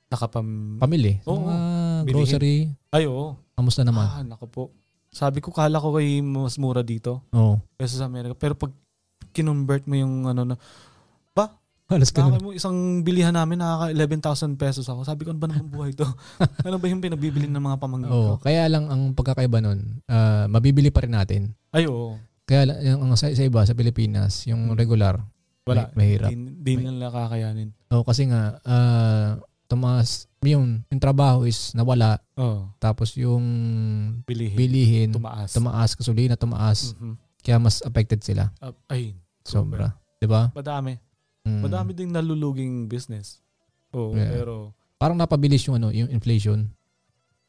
[SPEAKER 3] Nakapam...
[SPEAKER 2] Pamili?
[SPEAKER 3] Oo.
[SPEAKER 2] Mga
[SPEAKER 3] Bilihin.
[SPEAKER 2] grocery?
[SPEAKER 3] Ay, oo.
[SPEAKER 2] Kamusta naman?
[SPEAKER 3] Ah, nako po. Sabi ko, kala ko kay mas mura dito
[SPEAKER 2] [LAUGHS] Oo.
[SPEAKER 3] kaysa sa Amerika. Pero pag kinonvert mo yung ano na,
[SPEAKER 2] Halos ganun.
[SPEAKER 3] Nakaka mo isang bilihan namin nakaka 11,000 pesos ako. Sabi ko, ano ba naman
[SPEAKER 2] [LAUGHS]
[SPEAKER 3] buhay to? ano ba yung pinagbibili ng mga pamangkin
[SPEAKER 2] Oo.
[SPEAKER 3] ko?
[SPEAKER 2] Oh. Kaya lang ang pagkakaiba nun, ah, mabibili pa rin natin.
[SPEAKER 3] Ay, oo.
[SPEAKER 2] Kaya lang, yung, ang sa, sa iba, sa Pilipinas, yung
[SPEAKER 3] Hmm.
[SPEAKER 2] regular,
[SPEAKER 3] Wala.
[SPEAKER 2] ma- mahirap.
[SPEAKER 3] Di, di nila kakayanin.
[SPEAKER 2] O, kasi nga, ah, tumaas, yun, yung trabaho is nawala,
[SPEAKER 3] Oo.
[SPEAKER 2] tapos yung
[SPEAKER 3] Bilihin.
[SPEAKER 2] bilihin,
[SPEAKER 3] Tumaas.
[SPEAKER 2] tumaas, gasolina tumaas,
[SPEAKER 3] Mhm.
[SPEAKER 2] kaya mas affected sila.
[SPEAKER 3] Ah, ay,
[SPEAKER 2] Sobra. Diba?
[SPEAKER 3] madami.
[SPEAKER 2] Mm.
[SPEAKER 3] Madami ding naluluging business. Oo,
[SPEAKER 2] Yeah.
[SPEAKER 3] pero
[SPEAKER 2] parang napabilis yung ano, yung inflation.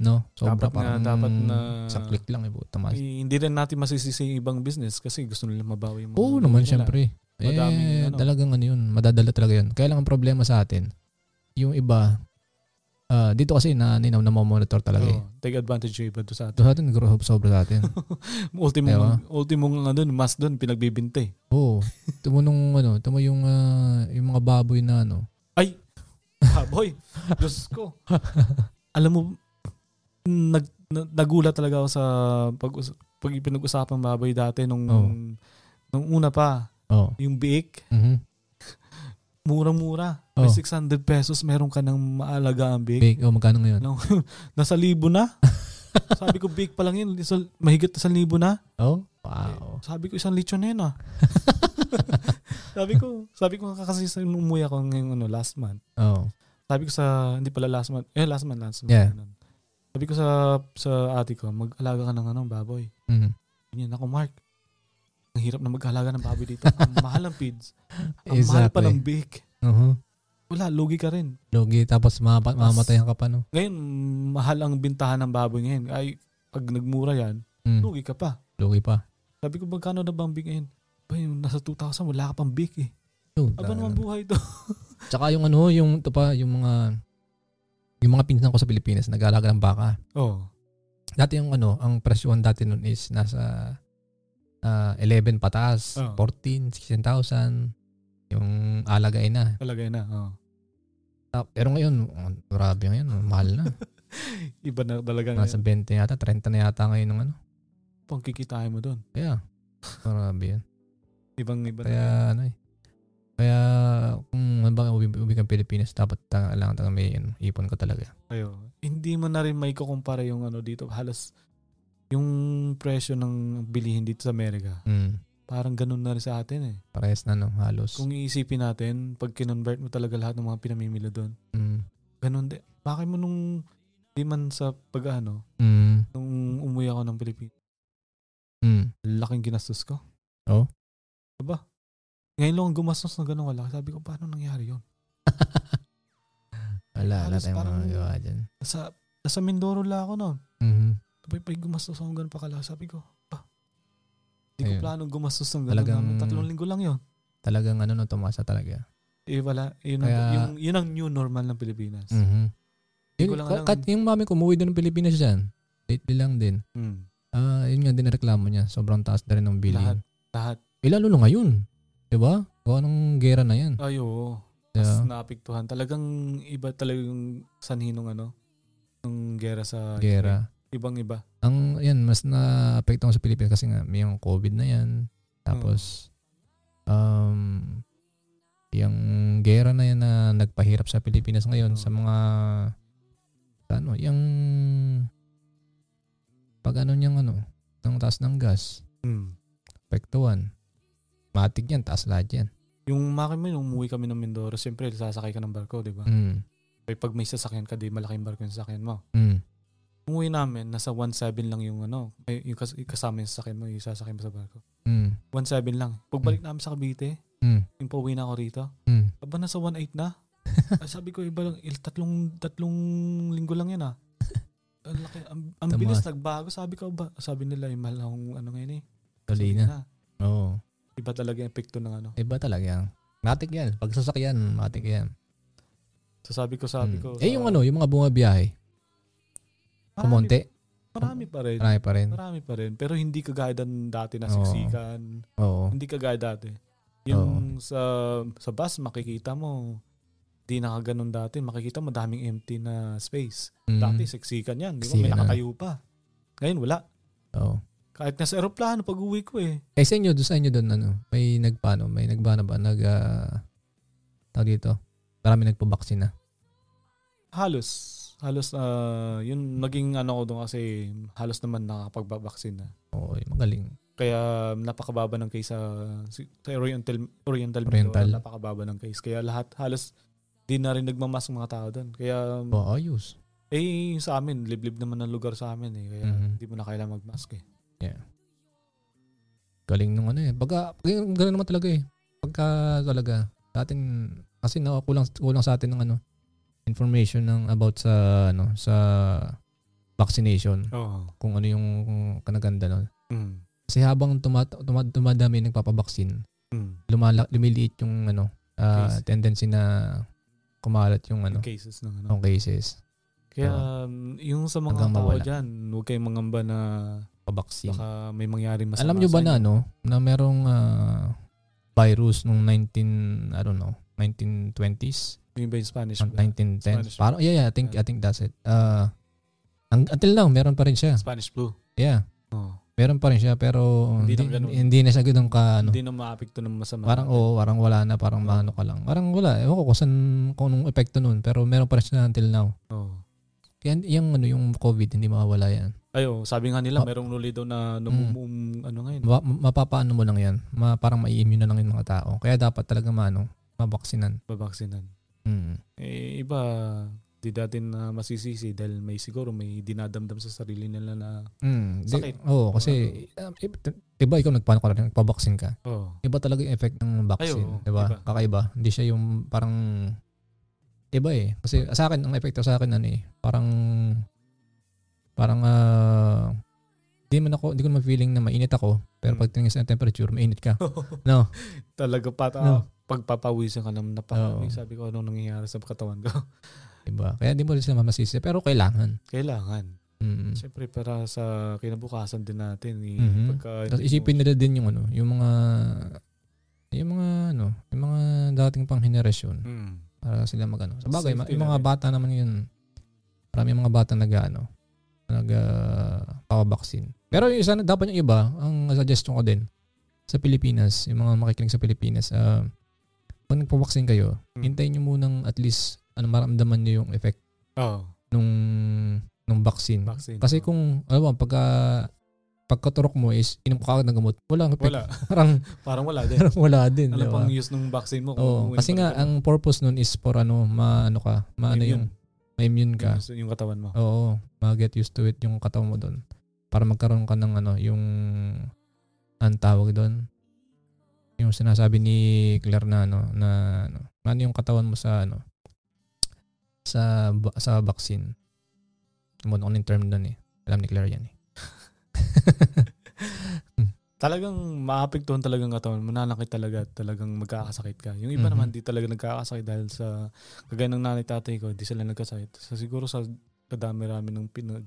[SPEAKER 2] No?
[SPEAKER 3] Dapat na- dapat na-
[SPEAKER 2] isang click lang eh, puta mas.
[SPEAKER 3] Eh, hindi rin natin masisisi yung ibang business kasi gusto nila mabawi yung mga
[SPEAKER 2] Oo naman,
[SPEAKER 3] nila.
[SPEAKER 2] syempre.
[SPEAKER 3] Madaming
[SPEAKER 2] eh,
[SPEAKER 3] ano.
[SPEAKER 2] talagang ano yun, madadala talaga yun. Kaya lang ang problema sa atin, yung iba, ah, dito kasi na, ninaw na monitor talaga eh.
[SPEAKER 3] Oo, take advantage yung iba doon sa atin.
[SPEAKER 2] Doon sa atin, nagro sobra sa
[SPEAKER 3] [LAUGHS]
[SPEAKER 2] atin.
[SPEAKER 3] Ultimo,
[SPEAKER 2] Ewa.
[SPEAKER 3] ultimo nga doon, ano, mas doon, pinagbibinte.
[SPEAKER 2] Oo. Tumo nung ano, tumo yung, ah, yung mga baboy na ano.
[SPEAKER 3] Ay! Baboy! Diyos ko! [LAUGHS] Alam mo, nag, na- nagulat talaga ako sa pag, pag pinag-usapang baboy dati nung,
[SPEAKER 2] Oo.
[SPEAKER 3] nung una pa,
[SPEAKER 2] Oo.
[SPEAKER 3] yung biik,
[SPEAKER 2] Mhm.
[SPEAKER 3] murang-mura. May
[SPEAKER 2] Oo.
[SPEAKER 3] 600 pesos, meron ka ng maalaga ang biik.
[SPEAKER 2] Big. Oh, magkano ngayon?
[SPEAKER 3] No. Nasa libo na. Sabi ko, big pa lang yun. Isa- mahigit sa libo na.
[SPEAKER 2] Oh? Wow.
[SPEAKER 3] Sabi ko, isang lechon na yun ah. sabi ko, sabi ko nga kasi sa nung umuwi ako ngayong ano, last month.
[SPEAKER 2] Oh.
[SPEAKER 3] Sabi ko sa, hindi pala last month. Eh, last month, last month.
[SPEAKER 2] Yeah.
[SPEAKER 3] Ganun. Sabi ko sa sa ate ko, mag-alaga ka ng ano, baboy.
[SPEAKER 2] Mhm.
[SPEAKER 3] Ganyan ako, Mark. Ang hirap na mag-alaga ng baboy dito.
[SPEAKER 2] [LAUGHS]
[SPEAKER 3] Ang mahal ang feeds. Ang mahal pa
[SPEAKER 2] Exactly.
[SPEAKER 3] ng bake.
[SPEAKER 2] uh
[SPEAKER 3] Wala, lugi ka rin.
[SPEAKER 2] Logi, tapos mapa- mamatayan ka pa, no?
[SPEAKER 3] Ngayon, mahal ang bintahan ng baboy ngayon. Ay, pag nagmura yan,
[SPEAKER 2] Mm.
[SPEAKER 3] lugi ka pa.
[SPEAKER 2] Logi pa.
[SPEAKER 3] Sabi ko, magkano na bang big ngayon? Ba, yung nasa 2,000, wala ka pang big eh.
[SPEAKER 2] No, talaga.
[SPEAKER 3] Aba naman buhay
[SPEAKER 2] ano.
[SPEAKER 3] to. [LAUGHS]
[SPEAKER 2] Tsaka yung ano, yung ito pa, yung mga yung mga pinsan ko sa Pilipinas nag-aalaga ng baka.
[SPEAKER 3] Oo.
[SPEAKER 2] Dati yung ano, ang presyoan dati noon is nasa ah, 11 pataas,
[SPEAKER 3] Oo.
[SPEAKER 2] 14, 16,000 yung alagay na.
[SPEAKER 3] Talagay na. oh. oo.
[SPEAKER 2] Ta- Pero ngayon, oh, grabe ngayon, oh, mahal
[SPEAKER 3] [LAUGHS]
[SPEAKER 2] na.
[SPEAKER 3] Iba na talaga
[SPEAKER 2] Nasa
[SPEAKER 3] ngayon.
[SPEAKER 2] 20 yata, 30 na yata ngayon ng ano.
[SPEAKER 3] Pangkikitain mo doon.
[SPEAKER 2] Kaya, [LAUGHS] grabe yun.
[SPEAKER 3] Ibang iba na.
[SPEAKER 2] Kaya ano eh. Kaya kung ano ba ubi, ubi kang Pilipinas, dapat ta- lang talaga may ano, ipon ka talaga.
[SPEAKER 3] Ayo. Hindi mo na rin may kukumpara yung ano dito. Halos yung presyo ng bilihin dito sa Amerika.
[SPEAKER 2] Mm.
[SPEAKER 3] Parang ganun na rin sa atin eh.
[SPEAKER 2] Parehas na no, halos.
[SPEAKER 3] Kung iisipin natin, pag kinonvert mo talaga lahat ng mga pinamimila doon,
[SPEAKER 2] mm.
[SPEAKER 3] ganun din. Bakit mo nung di man sa pag ano,
[SPEAKER 2] Mm.
[SPEAKER 3] nung umuwi ako ng Pilipinas,
[SPEAKER 2] Mm. Oh.
[SPEAKER 3] laking ginastos ko.
[SPEAKER 2] Oo.
[SPEAKER 3] Diba? Ngayon lang ang gumastos na ganun wala. Sabi ko, paano nangyari yun?
[SPEAKER 2] [LAUGHS] Wala, wala
[SPEAKER 3] Halos
[SPEAKER 2] tayong
[SPEAKER 3] parang-
[SPEAKER 2] magagawa dyan.
[SPEAKER 3] Nasa, nasa Mindoro la ako noon.
[SPEAKER 2] Mhm.
[SPEAKER 3] Sabay pa gumastos ako ganun pa kala. Sabi ko, pa. Hindi ko
[SPEAKER 2] Ayun.
[SPEAKER 3] plano gumastos ng ganun.
[SPEAKER 2] Talagang-
[SPEAKER 3] naman. Tatlong linggo lang yun.
[SPEAKER 2] Talagang ano, no, tumasa talaga.
[SPEAKER 3] Eh wala. Yun ang,
[SPEAKER 2] Kaya-
[SPEAKER 3] yung, yun ang new normal ng Pilipinas.
[SPEAKER 2] Mhm. Yun,
[SPEAKER 3] Mm-hmm. ko lang
[SPEAKER 2] ka-
[SPEAKER 3] alam.
[SPEAKER 2] kat, yung mami ko, umuwi doon ng Pilipinas dyan. Lately lang din.
[SPEAKER 3] Mm.
[SPEAKER 2] Ah, yun nga din ang reklamo niya. Sobrang taas na rin ng billing.
[SPEAKER 3] Lahat. Lahat.
[SPEAKER 2] Eh, lalo na ngayon. Diba? Gawa ng gera na
[SPEAKER 3] Ah,
[SPEAKER 2] yan.
[SPEAKER 3] Ayo. Mas
[SPEAKER 2] Yeah.
[SPEAKER 3] naapektuhan. Talagang iba talaga yung sanhi nung ano. Nung gera sa...
[SPEAKER 2] Gera.
[SPEAKER 3] Ibang iba.
[SPEAKER 2] ang yan mas na apekto sa Pilipinas kasi nga may yung COVID na yan. Tapos um yung gera na yan na nagpahirap sa Pilipinas ngayon
[SPEAKER 3] Oo.
[SPEAKER 2] sa mga sa ano, yung pag ano niyang ano, ng taas ng gas,
[SPEAKER 3] Mm.
[SPEAKER 2] apektuhan. Matig yan, taas lahat yan.
[SPEAKER 3] Yung makin mo, yung umuwi kami ng Mindoro, siyempre, sasakay ka ng barko, di ba?
[SPEAKER 2] Mm.
[SPEAKER 3] Eh, Pag may sasakyan ka, di malaking barko yung sasakyan mo.
[SPEAKER 2] Mm.
[SPEAKER 3] Umuwi namin, nasa 1.7 lang yung ano, eh, yung kas- yung kasama yung sasakyan mo, yung sasakyan mo sa barko.
[SPEAKER 2] Mm.
[SPEAKER 3] 1.7 lang. Pagbalik namin sa Cavite,
[SPEAKER 2] Mm.
[SPEAKER 3] yung pauwi na ako rito,
[SPEAKER 2] Mm. [LAUGHS]
[SPEAKER 3] aba nasa 1.8 na. Ah, sabi ko, iba lang, il, tatlong, tatlong linggo lang yan ah. Ang, laki, ang, ang
[SPEAKER 2] Tama.
[SPEAKER 3] bilis nagbago. Sabi ko ba, sabi nila, yung mahal akong ano ngayon eh.
[SPEAKER 2] Tuloy
[SPEAKER 3] Sabi
[SPEAKER 2] na. Oo.
[SPEAKER 3] Iba talaga yung epekto ng ano.
[SPEAKER 2] Iba talaga. Matik yan. Pag sasakyan, matik yan.
[SPEAKER 3] So sabi ko,
[SPEAKER 2] Mm.
[SPEAKER 3] sabi ko.
[SPEAKER 2] eh
[SPEAKER 3] sa-
[SPEAKER 2] yung ano, yung mga bumabiyahe,
[SPEAKER 3] marami-
[SPEAKER 2] kumonte.
[SPEAKER 3] Marami pa rin.
[SPEAKER 2] Marami pa rin.
[SPEAKER 3] Marami pa rin. Pero hindi kagaya ng dati na siksikan.
[SPEAKER 2] Oo.
[SPEAKER 3] Hindi kagaya dati. Yung sa sa bus, makikita mo, di nakaganon dati. Makikita mo, daming empty na space.
[SPEAKER 2] Mm.
[SPEAKER 3] Dati, siksikan yan. Di ba? May
[SPEAKER 2] Siksikan na.
[SPEAKER 3] nakatayo pa. Ngayon, wala.
[SPEAKER 2] Oo.
[SPEAKER 3] Kahit nasa aeroplano, pag uwi ko eh.
[SPEAKER 2] Eh sa inyo, doon sa inyo doon, ano, may nagpaano, may nagbana ba, nag, uh, tawag dito, marami nagpabaksin na.
[SPEAKER 3] Halos. Halos, ah, yun, naging ano ko doon kasi halos naman nakakapagbabaksin na.
[SPEAKER 2] Oo, yung magaling.
[SPEAKER 3] Kaya napakababa ng case sa, sa Oriental, Oriental,
[SPEAKER 2] Oriental.
[SPEAKER 3] Mindoro, napakababa ng case. Kaya lahat, halos, di na rin nagmamask mga tao doon. Kaya,
[SPEAKER 2] Oo, ayos.
[SPEAKER 3] Eh, sa amin, liblib naman ang lugar sa amin eh. Kaya
[SPEAKER 2] Mhm.
[SPEAKER 3] hindi mo na kailangan magmask eh.
[SPEAKER 2] Galing nung ano eh. Baga, ganun ganun naman talaga eh. Pagka talaga, sa atin, kasi na, kulang, kulang sa atin ng ano, information ng about sa ano sa vaccination
[SPEAKER 3] Oo.
[SPEAKER 2] kung ano yung kanaganda nun.
[SPEAKER 3] Mm.
[SPEAKER 2] Kasi habang tumat- tumad- tumadami yung nagpapabaksin,
[SPEAKER 3] Mm.
[SPEAKER 2] lumala- lumiliit yung ano ah,
[SPEAKER 3] Case.
[SPEAKER 2] tendency na kumalat yung ano
[SPEAKER 3] Cases ng ano.
[SPEAKER 2] yung cases
[SPEAKER 3] Kaya
[SPEAKER 2] Oo.
[SPEAKER 3] um, yung sa mga
[SPEAKER 2] Hanggang
[SPEAKER 3] tao
[SPEAKER 2] mawala.
[SPEAKER 3] dyan, huwag kayong mangamba na
[SPEAKER 2] pabaksin.
[SPEAKER 3] baka may mangyari masama
[SPEAKER 2] Alam nyo ba
[SPEAKER 3] sa
[SPEAKER 2] na
[SPEAKER 3] inyo.
[SPEAKER 2] ano na merong ah, virus nung 19 I don't know 1920s
[SPEAKER 3] Yung ba yung Spanish?
[SPEAKER 2] or
[SPEAKER 3] ba?
[SPEAKER 2] 1910s
[SPEAKER 3] Spanish.
[SPEAKER 2] parang yeah yeah I think I think that's it uh, ang, until now meron pa rin siya
[SPEAKER 3] Spanish flu. Oh.
[SPEAKER 2] yeah
[SPEAKER 3] Oo.
[SPEAKER 2] Meron pa rin siya pero
[SPEAKER 3] Hindi
[SPEAKER 2] hindi,
[SPEAKER 3] na ganun.
[SPEAKER 2] hindi na siya ganun ka ano.
[SPEAKER 3] Hindi na maapekto ng masama.
[SPEAKER 2] Parang oh. oo, parang wala na, parang maano ka lang. Parang wala. Ewan ko kung saan, kung anong epekto nun. Pero meron pa rin siya until now.
[SPEAKER 3] Oo.
[SPEAKER 2] Kaya yung, ano, yung COVID, hindi mawawala yan.
[SPEAKER 3] Ayo, oh, sabi nga
[SPEAKER 2] Ma-
[SPEAKER 3] nila,
[SPEAKER 2] Mm.
[SPEAKER 3] merong nuli daw na namumum, ano ngayon.
[SPEAKER 2] Ma- mapapaano mo lang yan. Ma- parang mai-immune na lang yung mga tao. Kaya dapat talaga maano, mabaksinan.
[SPEAKER 3] babaksinan.
[SPEAKER 2] Mm.
[SPEAKER 3] Eh, iba, di natin na masisisi dahil may siguro may dinadamdam sa sarili nila na,
[SPEAKER 2] Mm. Di-
[SPEAKER 3] Sakit.
[SPEAKER 2] Oo, kasi um, i- t- diba ikaw nagpaano ka rin, nagpabaksin ka.
[SPEAKER 3] oh, [LAUGHS]
[SPEAKER 2] Iba talaga yung effect ng vaccine.
[SPEAKER 3] Ay, oo,
[SPEAKER 2] diba?
[SPEAKER 3] iba.
[SPEAKER 2] Kakaiba. Hindi siya yung parang iba eh. Kasi sa akin, ang epekto sa akin ano eh, parang parang ah, hindi man ako, hindi ko naman feeling na mainit ako. Pero
[SPEAKER 3] Hmm.
[SPEAKER 2] pag tingin sa temperature, mainit ka. No.
[SPEAKER 3] talaga pa,
[SPEAKER 2] No.
[SPEAKER 3] pagpapawisan ka ng napakami.
[SPEAKER 2] Oo.
[SPEAKER 3] Sabi ko, anong nangyayari sa katawan ko? [LAUGHS]
[SPEAKER 2] Diba? Kaya hindi mo rin sila masisi. Pero kailangan.
[SPEAKER 3] Kailangan.
[SPEAKER 2] Mm.
[SPEAKER 3] Siyempre, para sa kinabukasan din natin. Eh,
[SPEAKER 2] Mhm.
[SPEAKER 3] pagka,
[SPEAKER 2] Tapos isipin nila din yung ano, yung mga yung mga ano, yung mga dating pang henerasyon.
[SPEAKER 3] Mm.
[SPEAKER 2] para sila magano. Sa bagay, ma-
[SPEAKER 3] Safety
[SPEAKER 2] yung
[SPEAKER 3] na
[SPEAKER 2] mga
[SPEAKER 3] rin.
[SPEAKER 2] bata naman yun. Marami yung mga bata nag ano, nag uh, vaccine. Pero yung isa na dapat yung iba, ang suggestion ko din sa Pilipinas, yung mga makikinig sa Pilipinas, ah, pag nagpa-vaccine kayo,
[SPEAKER 3] Hmm.
[SPEAKER 2] hintayin nyo munang at least ano maramdaman nyo yung effect
[SPEAKER 3] Oh,
[SPEAKER 2] nung nung vaccine.
[SPEAKER 3] vaccine.
[SPEAKER 2] Kasi kung alam mo pagka pagkaturok mo is inom ka agad ng gamot, walang effect.
[SPEAKER 3] Wala.
[SPEAKER 2] [LAUGHS]
[SPEAKER 3] [LAUGHS]
[SPEAKER 2] Parang,
[SPEAKER 3] Parang wala
[SPEAKER 2] [LAUGHS]
[SPEAKER 3] din.
[SPEAKER 2] parang wala din.
[SPEAKER 3] Ano
[SPEAKER 2] di ba?
[SPEAKER 3] pang use ng vaccine mo? Kung
[SPEAKER 2] Oo,
[SPEAKER 3] ano
[SPEAKER 2] kasi
[SPEAKER 3] pa
[SPEAKER 2] nga
[SPEAKER 3] rin
[SPEAKER 2] ang purpose nun is for ano, maano ka, maano
[SPEAKER 3] Immune.
[SPEAKER 2] yung ma-immune ka.
[SPEAKER 3] yung-
[SPEAKER 2] Oh.
[SPEAKER 3] Yung katawan mo.
[SPEAKER 2] Oo, ma-get used to it yung katawan mo doon para magkaroon ka ng ano, yung ang tawag doon. Yung sinasabi ni Claire na ano na ano, ano yung katawan mo sa ano sa ba- sa vaccine. Tumon ko na yung term doon eh. Alam ni Claire yan eh. [LAUGHS]
[SPEAKER 3] talagang maapektuhan talaga ang katawan. Mananakit talaga, talagang magkakasakit ka. Yung iba
[SPEAKER 2] Mhm.
[SPEAKER 3] naman, di talaga nagkakasakit dahil sa, kagaya ng nanay tatay ko, di sila nagkasakit. So, siguro sa kadami-rami ng pinag,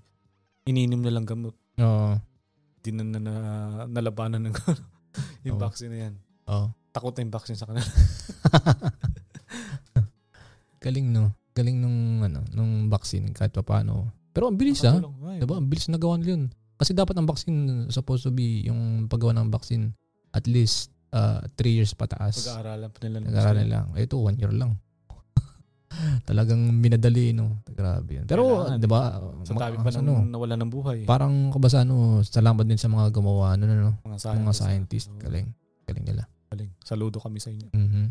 [SPEAKER 3] ininim nilang gamot,
[SPEAKER 2] Oo.
[SPEAKER 3] di na, na, na- nalabanan ng [LAUGHS] yung
[SPEAKER 2] Oo.
[SPEAKER 3] vaccine na yan.
[SPEAKER 2] Oo. [LAUGHS]
[SPEAKER 3] Takot na yung vaccine sa kanila.
[SPEAKER 2] Galing no. Galing nung ano, nung vaccine kahit pa paano. Pero ang bilis ah.
[SPEAKER 3] Nakatulong. Ay,
[SPEAKER 2] Diba? Ang bilis na gawan yun. Kasi dapat ang vaccine, supposed to be, yung paggawa ng vaccine, at least 3 years pataas.
[SPEAKER 3] Pag-aaralan pa nila. ng
[SPEAKER 2] Nag-aaralan lang. Ito, 1 year lang. [LAUGHS] Talagang minadali, no? Grabe yun. Pero,
[SPEAKER 3] Kailangan.
[SPEAKER 2] di ba?
[SPEAKER 3] vaccine. Sa tabi pa ng
[SPEAKER 2] ano,
[SPEAKER 3] nawala ng buhay.
[SPEAKER 2] Parang kabasa, no? Salamat din sa mga gumawa, ano, ano,
[SPEAKER 3] mga
[SPEAKER 2] mga scientist.
[SPEAKER 3] Oo,
[SPEAKER 2] Galing. Galing nila.
[SPEAKER 3] galing. Saludo kami sa inyo.
[SPEAKER 2] Mhm.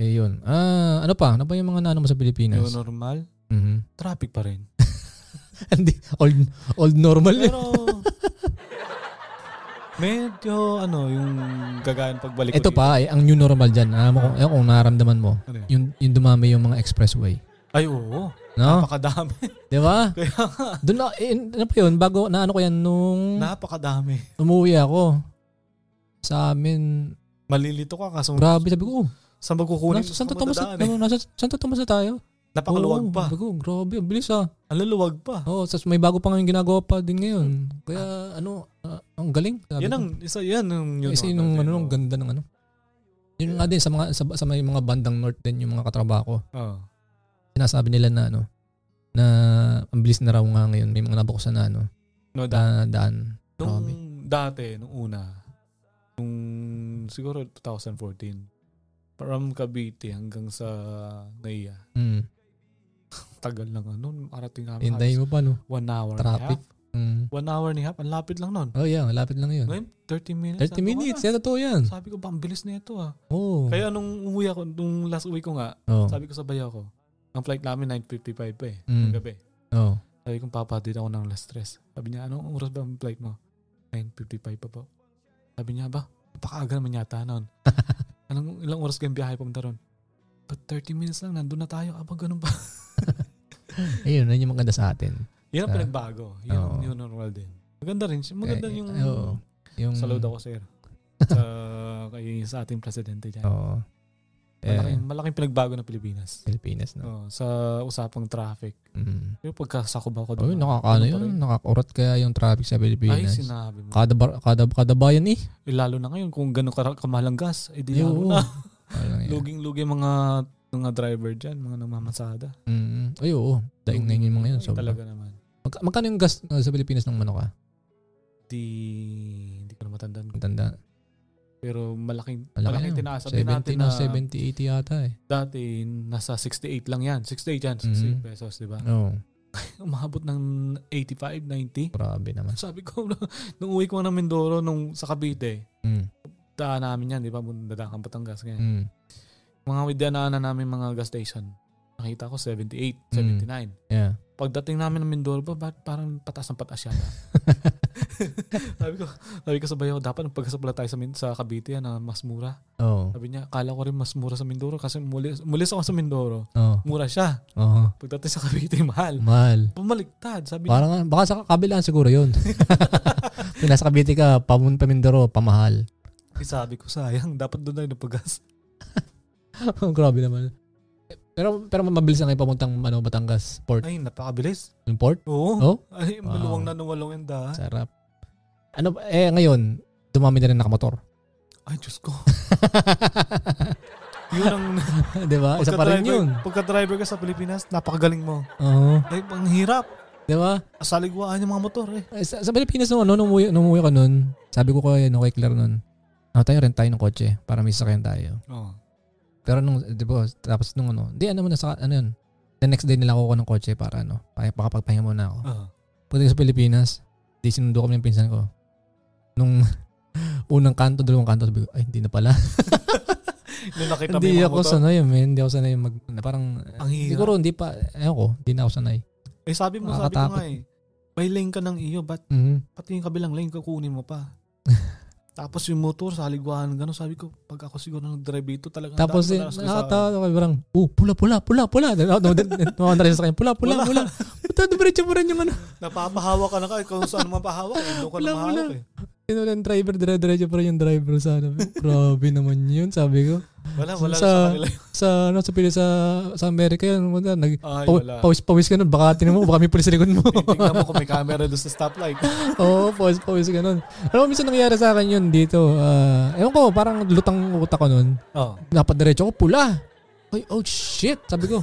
[SPEAKER 2] Eh, yun. Ah, ano pa? Ano pa yung mga nano mo sa Pilipinas?
[SPEAKER 3] Yung normal,
[SPEAKER 2] Mhm.
[SPEAKER 3] traffic pa rin.
[SPEAKER 2] [LAUGHS] Hindi. old, old normal eh.
[SPEAKER 3] Pero [LAUGHS] medyo ano yung gagayan pagbalik
[SPEAKER 2] Ito
[SPEAKER 3] ko dito.
[SPEAKER 2] pa, eh, ang new normal dyan. Alam mo kung, ewan ko kung nararamdaman mo.
[SPEAKER 3] Ano yun?
[SPEAKER 2] Yung, yung dumami yung mga expressway.
[SPEAKER 3] Ay oo,
[SPEAKER 2] No?
[SPEAKER 3] napakadami. [LAUGHS]
[SPEAKER 2] Di ba?
[SPEAKER 3] Kaya nga,
[SPEAKER 2] Doon na, eh, ano pa yun? Bago, naano ko yan nung
[SPEAKER 3] napakadami.
[SPEAKER 2] umuwi ako. Sa amin,
[SPEAKER 3] Malilito ka kaso
[SPEAKER 2] grabe. Sabi ko, oh,
[SPEAKER 3] sa magkukunin
[SPEAKER 2] nasa,
[SPEAKER 3] mo sa
[SPEAKER 2] Santo Tomas, na,
[SPEAKER 3] kamadadaan eh.
[SPEAKER 2] nasa, Santo Tomas na tayo. ano?
[SPEAKER 3] Napakaluwag
[SPEAKER 2] Oo,
[SPEAKER 3] pa.
[SPEAKER 2] Sabi ko, grabe, ang bilis ah.
[SPEAKER 3] Ang luluwag pa.
[SPEAKER 2] Oo, oh, may bago pa ngayon ginagawa pa din ngayon. Kaya, ano, ah, ang galing. Sabi
[SPEAKER 3] Yan
[SPEAKER 2] ko.
[SPEAKER 3] ang isa yan ang yun.
[SPEAKER 2] Kasi nung ano, nung ganda ng ano. Yun nga din sa mga sa, sa may mga bandang north din yung mga katrabaho ko.
[SPEAKER 3] Oh.
[SPEAKER 2] sinasabi nila na ano na ang bilis na raw nga ngayon may mga nabuksan na ano
[SPEAKER 3] No,
[SPEAKER 2] na
[SPEAKER 3] da-
[SPEAKER 2] daan
[SPEAKER 3] nung
[SPEAKER 2] grabe.
[SPEAKER 3] dati, nung una, nung siguro 2014, from Cavite hanggang sa Naiya.
[SPEAKER 2] mm.
[SPEAKER 3] Tagal lang ano, arating kami.
[SPEAKER 2] hintayin mo pa no
[SPEAKER 3] halos One hour and a half.
[SPEAKER 2] traffic mm.
[SPEAKER 3] One hour and a half. Ang lapit lang nun.
[SPEAKER 2] oh yeah lapit lang yun
[SPEAKER 3] Ngayon, 30 minutes.
[SPEAKER 2] 30
[SPEAKER 3] nandun ka
[SPEAKER 2] minutes
[SPEAKER 3] na.
[SPEAKER 2] yan totoo yan
[SPEAKER 3] Sabi ko, bang bilis na ito ah.
[SPEAKER 2] oh
[SPEAKER 3] Kaya nung umuwi ako, nung last uwi ko nga,
[SPEAKER 2] oh
[SPEAKER 3] sabi ko sa bayaw ko, ang flight namin 9.55 pa eh,
[SPEAKER 2] Mm.
[SPEAKER 3] ng gabi.
[SPEAKER 2] oh
[SPEAKER 3] Sabi ko, papadid ako ng last stress. Sabi niya, anong oras ba ang flight mo? 9.55 pa po.
[SPEAKER 2] [LAUGHS]
[SPEAKER 3] Sabi niya, ba, napakaaga naman yata noon. anong, ilang oras kayong biyahe pumunta ron? But 30 minutes lang, nandun na tayo. Aba, ganun ba? [LAUGHS]
[SPEAKER 2] Ayun, yun yung maganda sa atin.
[SPEAKER 3] Yan ang
[SPEAKER 2] Ah.
[SPEAKER 3] pinagbago. Yan ang
[SPEAKER 2] Oo.
[SPEAKER 3] new normal din. Maganda rin. siya. Maganda
[SPEAKER 2] Eh,
[SPEAKER 3] yung
[SPEAKER 2] oo. Yung,
[SPEAKER 3] salud
[SPEAKER 2] [LAUGHS]
[SPEAKER 3] ako, sir. sa, kay, ah, sa ating presidente dyan.
[SPEAKER 2] Oo. Eh,
[SPEAKER 3] Malaking, malaking pinagbago ng Pilipinas.
[SPEAKER 2] Pilipinas, no?
[SPEAKER 3] Oo, sa usapang traffic.
[SPEAKER 2] Mm.
[SPEAKER 3] Yung pagkasakop ako
[SPEAKER 2] Oy,
[SPEAKER 3] doon.
[SPEAKER 2] nakakaano
[SPEAKER 3] Oh. Ano pa rin?
[SPEAKER 2] Oh, yun? Nakakurat kaya yung traffic sa
[SPEAKER 3] Ay,
[SPEAKER 2] Pilipinas.
[SPEAKER 3] sinabi mo.
[SPEAKER 2] kada, bar, kada, kada bayan eh.
[SPEAKER 3] Eh, lalo na ngayon, kung gano'ng kara- kamahal ang gas, eh di
[SPEAKER 2] Ay,
[SPEAKER 3] lalo
[SPEAKER 2] oo. [LAUGHS]
[SPEAKER 3] na.
[SPEAKER 2] Parang
[SPEAKER 3] [LAUGHS]
[SPEAKER 2] yan.
[SPEAKER 3] Luging-lugi mga mga driver dyan, mga namamasada.
[SPEAKER 2] Mm. Ay, oo. Daing na yun yung mga yun.
[SPEAKER 3] Ay,
[SPEAKER 2] So,
[SPEAKER 3] Talaga naman.
[SPEAKER 2] Magka, magkano yung gas uh, sa Pilipinas ng manok ka?
[SPEAKER 3] Di, hindi ko na matandaan.
[SPEAKER 2] Matanda.
[SPEAKER 3] Pero malaking,
[SPEAKER 2] Malaki
[SPEAKER 3] malaking
[SPEAKER 2] na.
[SPEAKER 3] tinaas. Sabihin
[SPEAKER 2] 70
[SPEAKER 3] natin
[SPEAKER 2] na,
[SPEAKER 3] na,
[SPEAKER 2] 70, 80 yata eh.
[SPEAKER 3] dati nasa 68 lang yan. 68 yan, 68
[SPEAKER 2] Mhm.
[SPEAKER 3] pesos, di ba? [LAUGHS]
[SPEAKER 2] Oo. Oh,
[SPEAKER 3] Umabot ng 85, 90.
[SPEAKER 2] grabe naman.
[SPEAKER 3] [LAUGHS] Sabi ko, nung uwi ko ng Mindoro, nung sa Cavite,
[SPEAKER 2] Mm.
[SPEAKER 3] daan namin yan, di ba? Dadaan kang Batangas, ganyan.
[SPEAKER 2] Mm.
[SPEAKER 3] Mga widyanaan na namin mga gas station. Nakita ko 78, 79.
[SPEAKER 2] Yeah.
[SPEAKER 3] Pagdating namin ng Mindoro, ba, ba't parang patas ng patas yata? sabi ko, sabi ko sa bayo, dapat pagkasapala tayo sa, Min- sa Cavite yan na mas mura.
[SPEAKER 2] Oo.
[SPEAKER 3] Sabi niya, akala ko rin mas mura sa Mindoro kasi muli, muli ako sa Mindoro.
[SPEAKER 2] Oo.
[SPEAKER 3] Mura siya.
[SPEAKER 2] Oo.
[SPEAKER 3] Pagdating sa Cavite, mahal.
[SPEAKER 2] oh, Mahal.
[SPEAKER 3] Pumaliktad. Sabi niya,
[SPEAKER 2] Parang, nga- baka sa kabilaan siguro yun. Kung nasa Cavite ka, pamun pamindoro, pamahal. [LAUGHS]
[SPEAKER 3] eh, sabi ko, sayang, dapat doon tayo napagas.
[SPEAKER 2] Oh, grabe naman. Pero pero mabilis na kayo papuntang ano, Batangas port.
[SPEAKER 3] Ay, napakabilis.
[SPEAKER 2] Yung port?
[SPEAKER 3] Oo.
[SPEAKER 2] Oh,
[SPEAKER 3] Ay,
[SPEAKER 2] Wow.
[SPEAKER 3] maluwang na nuwalong yung daan.
[SPEAKER 2] sarap. Ano, ba- eh ngayon, dumami na rin nakamotor. [LAUGHS]
[SPEAKER 3] Ay, Diyos ko. Yun ang...
[SPEAKER 2] Di ba? Isa pa rin
[SPEAKER 3] pagka-driver-
[SPEAKER 2] yun.
[SPEAKER 3] Pagka-driver ka sa Pilipinas, napakagaling mo.
[SPEAKER 2] Oo.
[SPEAKER 3] Ay, ang hirap.
[SPEAKER 2] Di ba?
[SPEAKER 3] Asaliguaan yung mga motor eh.
[SPEAKER 2] Eh, Sa, sa Pilipinas nung ano, nung umuwi, nung umuwi ko nun, sabi ko kay, no, kay Claire nun, ano tayo, rent tayo ng kotse para may sasakyan tayo.
[SPEAKER 3] Oo.
[SPEAKER 2] Pero nung, di ba, tapos nung ano, di ano muna sa, ano yun, the next day nila ako ng kotse para ano, para pakapagpahinga muna ako.
[SPEAKER 3] Oo.
[SPEAKER 2] Pagdating sa Pilipinas, di sinundo kami ng pinsan ko. Nung [LAUGHS] unang kanto, dalawang kanto, sabi ko, ay, hindi na pala.
[SPEAKER 3] Nung nakita mo
[SPEAKER 2] hindi
[SPEAKER 3] yung mga
[SPEAKER 2] ako
[SPEAKER 3] motor,
[SPEAKER 2] sanay, man. Hindi ako sanay mag, na parang,
[SPEAKER 3] ang hirap.
[SPEAKER 2] siguro hindi pa, ewan ko, hindi na ako sanay.
[SPEAKER 3] eh sabi mo, sabi ko nga
[SPEAKER 2] Nakakatakot.
[SPEAKER 3] eh, may lane ka ng iyo, ba't
[SPEAKER 2] Mhm.
[SPEAKER 3] pati yung kabilang lane kukunin mo
[SPEAKER 2] [LAUGHS]
[SPEAKER 3] pa? Tapos yung motor, sa haliguan, gano'n, sabi ko, pag ako siguro nag-drive ito, talaga.
[SPEAKER 2] Tapos, eh, nakatawa ako, parang, oh, pula, pula, pula, pula. oh, Nakakanda rin sa kanya, pula, pula, pula. Puta, dumiretso mo rin yung ano.
[SPEAKER 3] Napapahawa ka na ka, ikaw saan mapahawak, eh, doon ka na
[SPEAKER 2] Wala,
[SPEAKER 3] mahawak
[SPEAKER 2] wala.
[SPEAKER 3] eh.
[SPEAKER 2] Sinulan yung driver, dire-diretso pa rin yung driver sa ano. Grabe naman yun, sabi ko.
[SPEAKER 3] Wala, wala
[SPEAKER 2] Sa-
[SPEAKER 3] sa, kanila.
[SPEAKER 2] Sa, ano, sa pili sa, sa Amerika, yun, wala, nag,
[SPEAKER 3] Ay,
[SPEAKER 2] paw-
[SPEAKER 3] wala.
[SPEAKER 2] pawis, pawis ka nun, baka tinan mo, baka may pulis sa likod mo. [LAUGHS]
[SPEAKER 3] Eh, Tingnan mo kung may camera doon sa stoplight.
[SPEAKER 2] Oo, pawis, pawis ka nun. Alam mo, minsan nangyayari sa akin yun dito. Ah, ewan ko, parang lutang utak ko nun.
[SPEAKER 3] Oo.
[SPEAKER 2] napadiretso ko, pula. Ay, oh shit, sabi [LAUGHS] ko.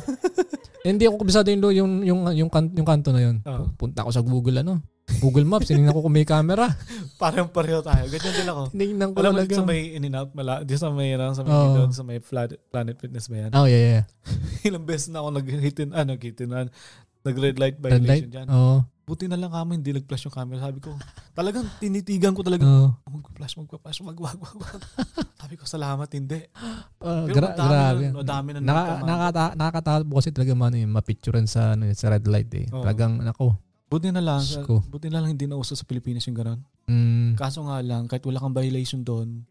[SPEAKER 2] Hindi ako kabisado yung, yung, yung, yung, kan- yung kanto na yun.
[SPEAKER 3] Oo.
[SPEAKER 2] Punta ako sa Google, ano? Google Maps, tinignan ko kung may camera.
[SPEAKER 3] Parang pareho tayo. Ganyan din ako.
[SPEAKER 2] [LAUGHS] Tinignan ko
[SPEAKER 3] Alam mo,
[SPEAKER 2] talaga.
[SPEAKER 3] sa may in and out, mala, di sa may, ano, sa may,
[SPEAKER 2] Oo.
[SPEAKER 3] sa may Planet, Planet Fitness ba yan? [LAUGHS]
[SPEAKER 2] Oh, yeah, yeah.
[SPEAKER 3] ilang beses na ako nag-hitin, ah, nag-hitin, ah, nag-red light
[SPEAKER 2] Red
[SPEAKER 3] violation
[SPEAKER 2] light.
[SPEAKER 3] dyan.
[SPEAKER 2] Oo.
[SPEAKER 3] Buti na lang kami, hindi nag-flash yung camera. Sabi ko, talagang tinitigan ko talaga.
[SPEAKER 2] Oo.
[SPEAKER 3] Mag-flash, mag-flash, mag-wag, wag,
[SPEAKER 2] [LAUGHS]
[SPEAKER 3] wag. Sabi ko, salamat, hindi.
[SPEAKER 2] Ah,
[SPEAKER 3] Pero
[SPEAKER 2] gra-
[SPEAKER 3] madami
[SPEAKER 2] grabe.
[SPEAKER 3] nun, madami nun
[SPEAKER 2] Naka,
[SPEAKER 3] nagkamali.
[SPEAKER 2] nakata- nakakatakot po kasi talaga man yung mapicturean sa, ano, sa red light eh.
[SPEAKER 3] Oo.
[SPEAKER 2] Talagang, nako.
[SPEAKER 3] Buti na lang,
[SPEAKER 2] Diyos ko.
[SPEAKER 3] buti na lang hindi nauso sa Pilipinas yung ganun.
[SPEAKER 2] Mm,
[SPEAKER 3] Kaso nga lang, kahit wala kang violation doon,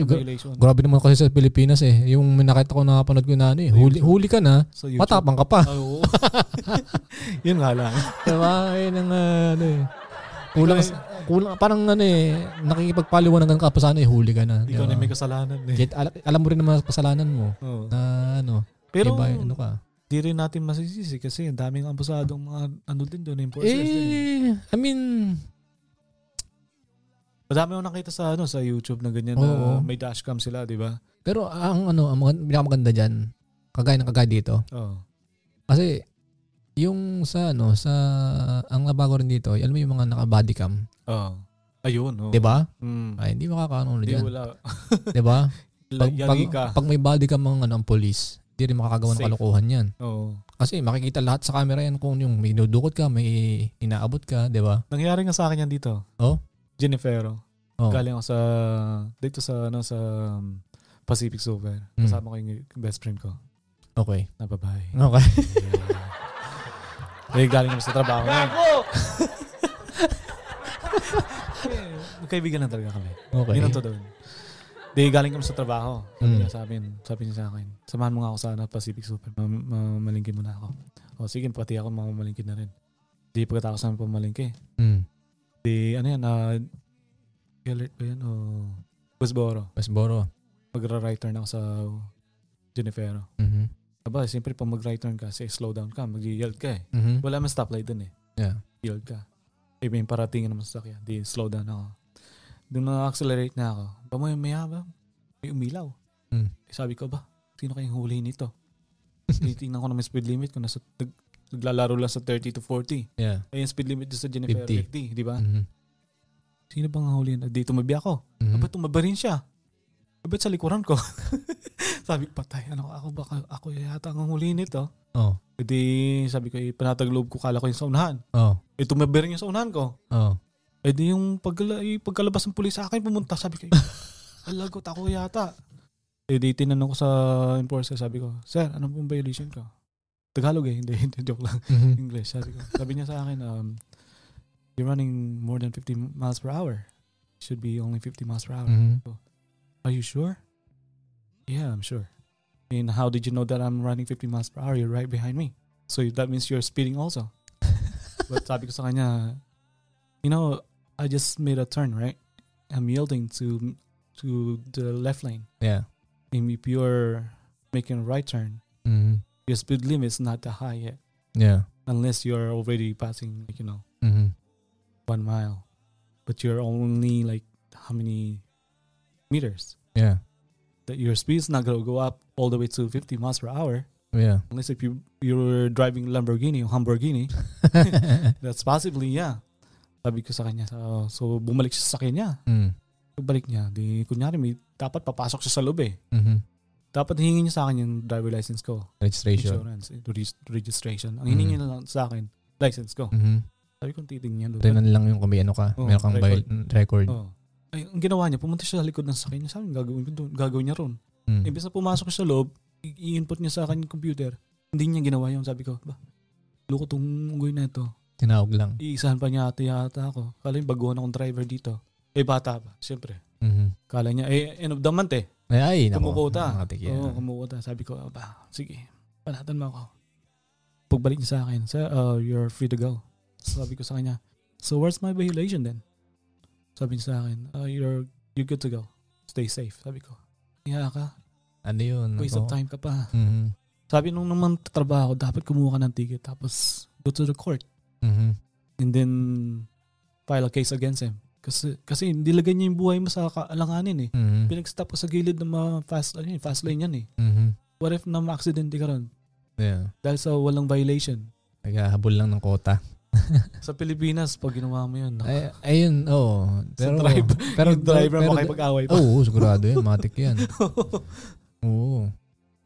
[SPEAKER 2] Ay,
[SPEAKER 3] ka ng
[SPEAKER 2] gra-
[SPEAKER 3] violation.
[SPEAKER 2] grabe naman kasi sa Pilipinas eh. Yung nakita ko nakapanood ko na ano eh. Huli, huli ka na,
[SPEAKER 3] sa YouTube.
[SPEAKER 2] matapang ka pa.
[SPEAKER 3] Ah, [LAUGHS] oo. Yun nga lang.
[SPEAKER 2] Diba? Yun ang ah, ano eh. Kulang, kulang, parang ano eh, nakikipagpaliwanagan ka pa sana eh, huli ka na. Diba?
[SPEAKER 3] Ikaw na may kasalanan eh.
[SPEAKER 2] Kahit ala- alam mo rin naman ang kasalanan mo
[SPEAKER 3] Oo.
[SPEAKER 2] na ano,
[SPEAKER 3] Pero,
[SPEAKER 2] iba, ano ka.
[SPEAKER 3] di rin natin masisisi kasi ang daming ambusadong mga ano din doon, enforcers din. eh.
[SPEAKER 2] Eh, I mean,
[SPEAKER 3] Madami akong nakita sa ano sa YouTube na ganyan
[SPEAKER 2] Oo.
[SPEAKER 3] na may dashcam sila, di ba?
[SPEAKER 2] pero ang ano, ang mga- pinakamaganda dyan, kagaya ng kagaya dito.
[SPEAKER 3] Oo.
[SPEAKER 2] Kasi, yung sa ano, sa, ang nabago rin dito, alam mo yung mga naka-body cam,
[SPEAKER 3] Oo. Ayun, oo.
[SPEAKER 2] di ba?
[SPEAKER 3] Mm.
[SPEAKER 2] Ay, hindi makakaano
[SPEAKER 3] Di
[SPEAKER 2] Diba? Ano dyan,
[SPEAKER 3] wala.
[SPEAKER 2] di
[SPEAKER 3] [LAUGHS]
[SPEAKER 2] ba? Pag, pag,
[SPEAKER 3] Yari ka.
[SPEAKER 2] pag may body cam ang ano, ang police, hindi rin makakagawa ng
[SPEAKER 3] Safe.
[SPEAKER 2] kalokohan yan.
[SPEAKER 3] Oo.
[SPEAKER 2] Kasi makikita lahat sa camera yan kung yung may dudukot ka, may inaabot ka, di ba?
[SPEAKER 3] Nangyari nga sa akin yan dito.
[SPEAKER 2] Oo. Oh.
[SPEAKER 3] Jennifer.
[SPEAKER 2] Oo.
[SPEAKER 3] Galing ako sa dito sa ano sa um, Pacific Silver.
[SPEAKER 2] Mm.
[SPEAKER 3] Kasama ko yung best friend ko
[SPEAKER 2] Okay.
[SPEAKER 3] na babae.
[SPEAKER 2] Okay. [LAUGHS]
[SPEAKER 3] [LAUGHS] eh, galing kami sa trabaho. Gago! [LAUGHS] Kaibigan lang talaga kami.
[SPEAKER 2] Okay.
[SPEAKER 3] Yun ang totoo. Di, galing kami sa trabaho. Sabi
[SPEAKER 2] Mm.
[SPEAKER 3] niya sa amin, sabi niya sa akin, samahan mo nga ako sa ano, Pacific Super, mam- mamalingki muna ako. O sige, pati ako mamamalingki na rin. Di, pagkatapos namin pamalingki,
[SPEAKER 2] Mm.
[SPEAKER 3] di, ano yan, ah, alert ba yan o Busboro?
[SPEAKER 2] Pasboro.
[SPEAKER 3] Magra-right turn ako sa Junipero.
[SPEAKER 2] Mhm.
[SPEAKER 3] Aba, siyempre pag mag-right turn ka, say, slow down ka, mag-yield ka eh.
[SPEAKER 2] Mhm.
[SPEAKER 3] Wala man stoplight dun eh.
[SPEAKER 2] Yeah.
[SPEAKER 3] Yield ka. Eh, may parating naman sa sakya. Di, slow down ako. Doon na-accelerate na ako. Ba mo yung maya ba? May umilaw.
[SPEAKER 2] Mm.
[SPEAKER 3] Eh, sabi ko ba, sino kayong huli nito? Titingnan ko naman yung speed limit ko. Nasa, nag, naglalaro lang sa 30 to 40.
[SPEAKER 2] Yeah.
[SPEAKER 3] Ay, yung speed limit doon sa Jennifer
[SPEAKER 2] 50.
[SPEAKER 3] 50, di ba?
[SPEAKER 2] Mhm.
[SPEAKER 3] Sino bang huli? na- Di, tumabi ako.
[SPEAKER 2] Mhm.
[SPEAKER 3] Mm. Ba't tumaba rin siya? Eh, Ba't sa likuran ko? [LAUGHS] sabi ko, patay. Ano, ako baka, ako yata ang huli nito.
[SPEAKER 2] Oh.
[SPEAKER 3] E di, sabi ko, eh, panatag loob ko, kala ko yung sa unahan.
[SPEAKER 2] Oh.
[SPEAKER 3] Eh, tumabi rin yung sa unahan ko.
[SPEAKER 2] Oh.
[SPEAKER 3] Eh di yung pagla- eh, pagkalabas ng pulis sa akin, pumunta. Sabi ko, alagot ako yata. Eh di tinanong ko sa enforcer, sabi ko, Sir, ano pong violation ko? Tagalog eh, hindi, [LAUGHS] hindi, joke lang.
[SPEAKER 2] Mhm.
[SPEAKER 3] [LAUGHS] English, sabi ko. Sabi niya sa akin, um, you're running more than 50 miles per hour. Should be only 50 miles per hour.
[SPEAKER 2] Mhm.
[SPEAKER 3] Are you sure? Yeah, I'm sure. And how did you know that I'm running 50 miles per hour? You're right behind me. So that means you're speeding also. But sabi ko sa kanya, you know, I just made a turn, right? I'm yielding to to the left lane.
[SPEAKER 2] [LAUGHS] Yeah.
[SPEAKER 3] And if you're making a right turn,
[SPEAKER 2] Mhm.
[SPEAKER 3] your speed limit is not that high yet,
[SPEAKER 2] Yeah.
[SPEAKER 3] unless you're already passing, like, you know,
[SPEAKER 2] Mhm.
[SPEAKER 3] one mile. But you're only like how many meters?
[SPEAKER 2] Yeah.
[SPEAKER 3] that your speed's not gonna go up all the way to 50 miles per hour
[SPEAKER 2] Yeah. [LAUGHS]
[SPEAKER 3] unless if you you're driving Lamborghini or Lamborghini. That's possibly yeah. Sabi ko sa kanya. So, so bumalik siya sa kanya.
[SPEAKER 2] mm.
[SPEAKER 3] Pagbalik niya, di kunyari may dapat papasok siya sa loob eh.
[SPEAKER 2] Mhm.
[SPEAKER 3] Dapat hingin niya sa akin yung driver license ko,
[SPEAKER 2] Registration.
[SPEAKER 3] insurance, eh, regis- registration. Ang hingin
[SPEAKER 2] Mm.
[SPEAKER 3] niya lang sa akin, license ko.
[SPEAKER 2] Mhm.
[SPEAKER 3] Sabi ko titingnan doon.
[SPEAKER 2] Tingnan lang yung kung may ano ka,
[SPEAKER 3] Oo,
[SPEAKER 2] meron kang
[SPEAKER 3] Oh, record.
[SPEAKER 2] record. record.
[SPEAKER 3] Oh. Ay, ang ginawa niya, pumunta siya sa likod ng sakyan niya. Sabi, gagawin, ko doon, gagawin niya ron.
[SPEAKER 2] Mm.
[SPEAKER 3] Imbis na pumasok siya sa loob, i- i-input niya sa akin yung computer, hindi niya ginawa yun. Sabi ko, ba, loko tong unggoy na ito.
[SPEAKER 2] Tinawag lang.
[SPEAKER 3] Iisahan pa niya ate yata ako. Kala yung baguhan akong driver dito. Eh, bata pa, siyempre.
[SPEAKER 2] Mhm.
[SPEAKER 3] Kala niya, eh, end of the month eh.
[SPEAKER 2] Ay, ay, naku.
[SPEAKER 3] Kumukota.
[SPEAKER 2] Mga tikin.
[SPEAKER 3] Oo, kumukuta. Sabi ko, ba, sige, panatan mo ako. Pagbalik niya sa akin, sir, uh, you're free to go. Sabi ko sa kanya, so where's my violation then? Sabi niya sa akin, uh, you're, you're good to go. Stay safe. Sabi ko, iya ka,
[SPEAKER 2] Ano yun?
[SPEAKER 3] waste of time ka pa.
[SPEAKER 2] Mhm.
[SPEAKER 3] Sabi nung naman tatrabaho, dapat kumuha ka ng ticket tapos go to the court
[SPEAKER 2] Mhm.
[SPEAKER 3] and then file a case against him. Kasi, kasi nilagay niya yung buhay mo sa kaalanganin eh.
[SPEAKER 2] Mhm.
[SPEAKER 3] Pinag-stop ka sa gilid ng mga fast, ano yun, fast lane yan eh.
[SPEAKER 2] Mhm.
[SPEAKER 3] What if na ma-accident ka ron
[SPEAKER 2] Yeah.
[SPEAKER 3] dahil sa walang violation?
[SPEAKER 2] Naghahabol lang ng kota.
[SPEAKER 3] Sa Pilipinas, pag ginawa mo yun,
[SPEAKER 2] Ay, ayun, oo. Pero,
[SPEAKER 3] drive-
[SPEAKER 2] pero,
[SPEAKER 3] yung driver
[SPEAKER 2] pero-
[SPEAKER 3] mo kayo pag-away pa.
[SPEAKER 2] Oo, sigurado yun. Matik yan. [LAUGHS] Oh. Oo.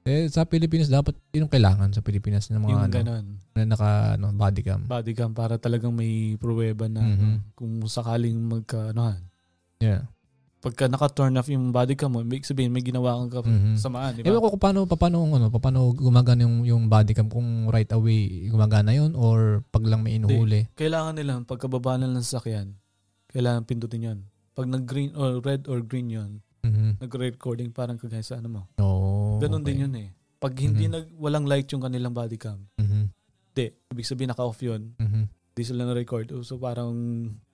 [SPEAKER 2] Eh, sa Pilipinas, dapat yun ang kailangan sa Pilipinas ng mga
[SPEAKER 3] [LAUGHS] yung
[SPEAKER 2] ano,
[SPEAKER 3] ganon.
[SPEAKER 2] na naka ano, body cam.
[SPEAKER 3] Body cam para talagang may pruweba na
[SPEAKER 2] Mhm.
[SPEAKER 3] kung sakaling magka, anuhan.
[SPEAKER 2] Yeah.
[SPEAKER 3] Pagka naka-turn off yung body cam mo, ibig sabihin may ginawa kang kap-
[SPEAKER 2] Mhm.
[SPEAKER 3] samaan, di ba?
[SPEAKER 2] Ewan ko kung paano, paano, ano, paano gumagana yung, yung body cam kung right away gumagana yun or pag lang may inuhuli.
[SPEAKER 3] kailangan nila pagkababa na ng sasakyan, kailangan pindutin yon. Pag nag-green or red or green yon,
[SPEAKER 2] Mhm.
[SPEAKER 3] nag-recording parang kagaya sa ano mo.
[SPEAKER 2] Oo.
[SPEAKER 3] Ganon
[SPEAKER 2] okay.
[SPEAKER 3] din yun eh. Pag hindi
[SPEAKER 2] Mhm.
[SPEAKER 3] nag, walang light yung kanilang body cam,
[SPEAKER 2] Mhm.
[SPEAKER 3] di, ibig sabihin naka-off yun,
[SPEAKER 2] Mhm.
[SPEAKER 3] di sila na-record. So parang,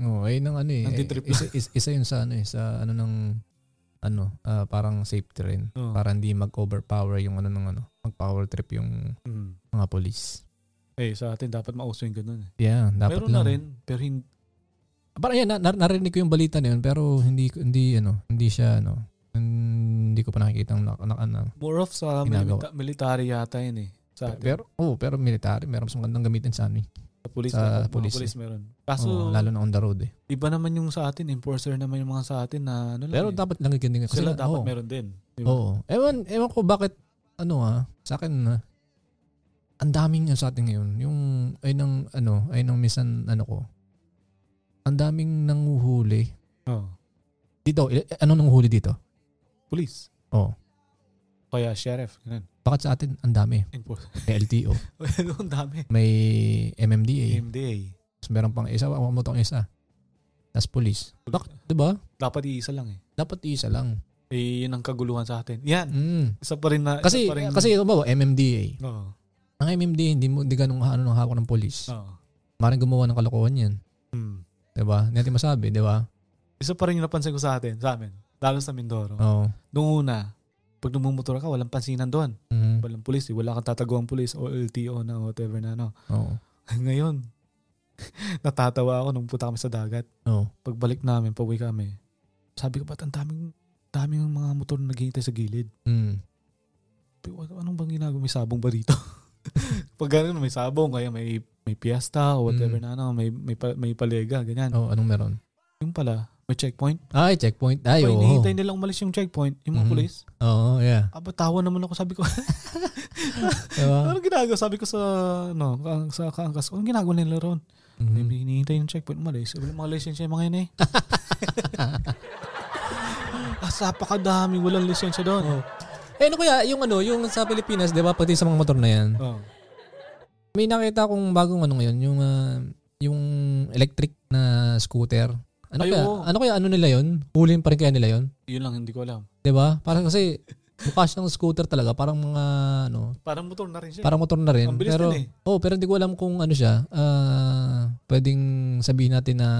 [SPEAKER 2] Oo, eh nang ano eh.
[SPEAKER 3] Antitrip
[SPEAKER 2] eh, Isa, is- isa yun sa ano eh, sa ano ng ano, ah, parang safety rin.
[SPEAKER 3] oh,
[SPEAKER 2] Para hindi mag-overpower yung ano ng ano, mag-power trip yung
[SPEAKER 3] mm.
[SPEAKER 2] mga police.
[SPEAKER 3] eh sa atin dapat mauso yung ganun eh.
[SPEAKER 2] Yeah, dapat
[SPEAKER 3] Meron
[SPEAKER 2] lang.
[SPEAKER 3] na rin, pero hindi,
[SPEAKER 2] Parang yan, na- nar- narinig ko yung balita na yun, pero hindi, hindi ano, hindi siya ano, hindi ko pa nakikita ang na, na, ano.
[SPEAKER 3] more of sa
[SPEAKER 2] Ginagawa.
[SPEAKER 3] milita- military yata yun eh. Sa atin.
[SPEAKER 2] Pero, oh, pero military, meron mas magandang gamitin sa ano eh.
[SPEAKER 3] sa police,
[SPEAKER 2] sa
[SPEAKER 3] sa
[SPEAKER 2] police eh.
[SPEAKER 3] police, meron. Kaso,
[SPEAKER 2] Oo, lalo na on the road eh.
[SPEAKER 3] iba naman yung sa atin, enforcer naman yung mga sa atin na ano lang
[SPEAKER 2] Pero
[SPEAKER 3] eh.
[SPEAKER 2] dapat lang ganyan. Kasi
[SPEAKER 3] sila
[SPEAKER 2] nga,
[SPEAKER 3] dapat
[SPEAKER 2] oo.
[SPEAKER 3] meron din. di ba?
[SPEAKER 2] Oo. Ewan, ewan ko bakit, ano ah, sa akin ah, ang daming yun sa atin ngayon. Yung, ay nang, ano, ay nang misan, ano ko, ang daming nanguhuli.
[SPEAKER 3] Oh.
[SPEAKER 2] Dito, il- ano nanguhuli dito?
[SPEAKER 3] Police.
[SPEAKER 2] Oo.
[SPEAKER 3] Kaya sheriff. Ganun.
[SPEAKER 2] Bakit sa atin, ang dami.
[SPEAKER 3] [LAUGHS] Enforcer.
[SPEAKER 2] May LTO,
[SPEAKER 3] Ang dami.
[SPEAKER 2] may MMDA,
[SPEAKER 3] MDA.
[SPEAKER 2] tapos meron pang isa, wala mo tong isa. Tapos police. Bakit, di ba?
[SPEAKER 3] Dapat iisa lang eh.
[SPEAKER 2] Dapat isa lang.
[SPEAKER 3] Eh, yun ang kaguluhan sa atin. Yan.
[SPEAKER 2] Mm.
[SPEAKER 3] Isa pa rin na... isa
[SPEAKER 2] Kasi
[SPEAKER 3] pa rin,
[SPEAKER 2] kasi ito ba MMDA.
[SPEAKER 3] Oo.
[SPEAKER 2] Ang MMDA hindi mo hindi ganung ano ng hawak ng polis.
[SPEAKER 3] Oo.
[SPEAKER 2] Maring gumawa ng kalokohan 'yan,
[SPEAKER 3] Hmm.
[SPEAKER 2] 'di ba? Hindi natin masabi, 'di ba?
[SPEAKER 3] Isa pa rin yung napansin ko sa atin, sa amin. Lalo sa Mindoro.
[SPEAKER 2] Oo.
[SPEAKER 3] Noong una, pag numumotor ka, walang pansinan doon.
[SPEAKER 2] Mm.
[SPEAKER 3] Walang pulis. eh. Wala kang tatagawang pulis o LTO na whatever na ano.
[SPEAKER 2] Oo.
[SPEAKER 3] [LAUGHS] Ngayon, [LAUGHS] natatawa ako nung puta kami sa dagat.
[SPEAKER 2] Oo.
[SPEAKER 3] Pagbalik namin, pauwi kami, sabi ko, ba't ang daming, daming mga motor na naghihintay sa gilid?
[SPEAKER 2] Mm.
[SPEAKER 3] Sabi ko, "Ano, Anong bang ginagawa? May sabong ba dito? [LAUGHS] Pag ganun, may sabong, kaya may may piyesta o whatever
[SPEAKER 2] Mm. Oh.
[SPEAKER 3] na ano, may, may, pa- may palega, ganyan.
[SPEAKER 2] Oo, anong meron?
[SPEAKER 3] Yung pala, may checkpoint.
[SPEAKER 2] Ay, checkpoint. Ay,
[SPEAKER 3] Pag
[SPEAKER 2] oo.
[SPEAKER 3] hinihintay nilang umalis yung checkpoint, yung mga
[SPEAKER 2] Mhm.
[SPEAKER 3] pulis,
[SPEAKER 2] Oo, yeah.
[SPEAKER 3] aba, tawa Ah, naman ako. Sabi ko, [LAUGHS]
[SPEAKER 2] Diba?
[SPEAKER 3] ano ginagawa? Sabi ko sa, no, ka- sa kaangkas ko, anong ginagawa nila ron?
[SPEAKER 2] Mhm.
[SPEAKER 3] Hindi hinihintay yung checkpoint umalis. Wala mga lisensya yung mga [LAUGHS] yun eh. As napakadami, Ah, walang lisensya doon.
[SPEAKER 2] Eh, ano kaya, yung ano, yung sa Pilipinas, di ba, pati sa mga motor na yan,
[SPEAKER 3] Oh.
[SPEAKER 2] may nakita akong bagong ano ngayon, yung, ah, yung electric na scooter. Ano
[SPEAKER 3] Ay,
[SPEAKER 2] kaya,
[SPEAKER 3] oo.
[SPEAKER 2] ano kaya ano nila yon Hulin pa rin kaya nila yon
[SPEAKER 3] Yun lang, hindi ko alam.
[SPEAKER 2] Di ba? Parang kasi, mukha siyang scooter talaga, parang mga, ano,
[SPEAKER 3] Parang motor na rin siya.
[SPEAKER 2] parang motor na rin.
[SPEAKER 3] Ang bilis
[SPEAKER 2] pero,
[SPEAKER 3] din eh.
[SPEAKER 2] oh, pero hindi ko alam kung ano siya, ah, pwedeng sabihin natin na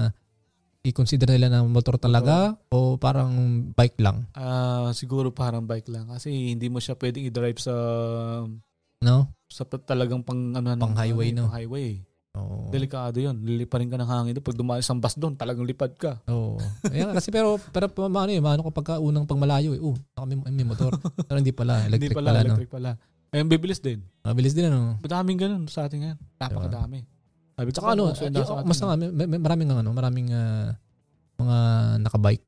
[SPEAKER 2] i-consider nila na motor talaga o parang bike lang.
[SPEAKER 3] Ah, siguro parang bike lang. Kasi hindi mo siya pwedeng i-drive sa
[SPEAKER 2] No?
[SPEAKER 3] sa pa- talagang pang ano ano,
[SPEAKER 2] Pang highway, no?
[SPEAKER 3] ano, pang highway.
[SPEAKER 2] Oo.
[SPEAKER 3] Oh. Delikado 'yon. Lilipad rin ka ng hangin doon pag dumaan isang bus doon, talagang lipad ka.
[SPEAKER 2] Oo. Oh. Ayan, kasi pero pero pa- maano eh, maano kapag ka unang pang malayo eh. Oh, kami may motor. Pero hindi pala, electric
[SPEAKER 3] hindi pala,
[SPEAKER 2] pala, no.
[SPEAKER 3] electric pala. Ayun, bibilis din.
[SPEAKER 2] Mabilis din ano.
[SPEAKER 3] Madaming ganun sa atin ngayon. Napakadami. Sabi ko,
[SPEAKER 2] Tsaka ano,
[SPEAKER 3] uso
[SPEAKER 2] ay-
[SPEAKER 3] yun daw sa atin,
[SPEAKER 2] mas na
[SPEAKER 3] no?
[SPEAKER 2] nga, may, may, maraming ano, maraming ah, mga nakabike.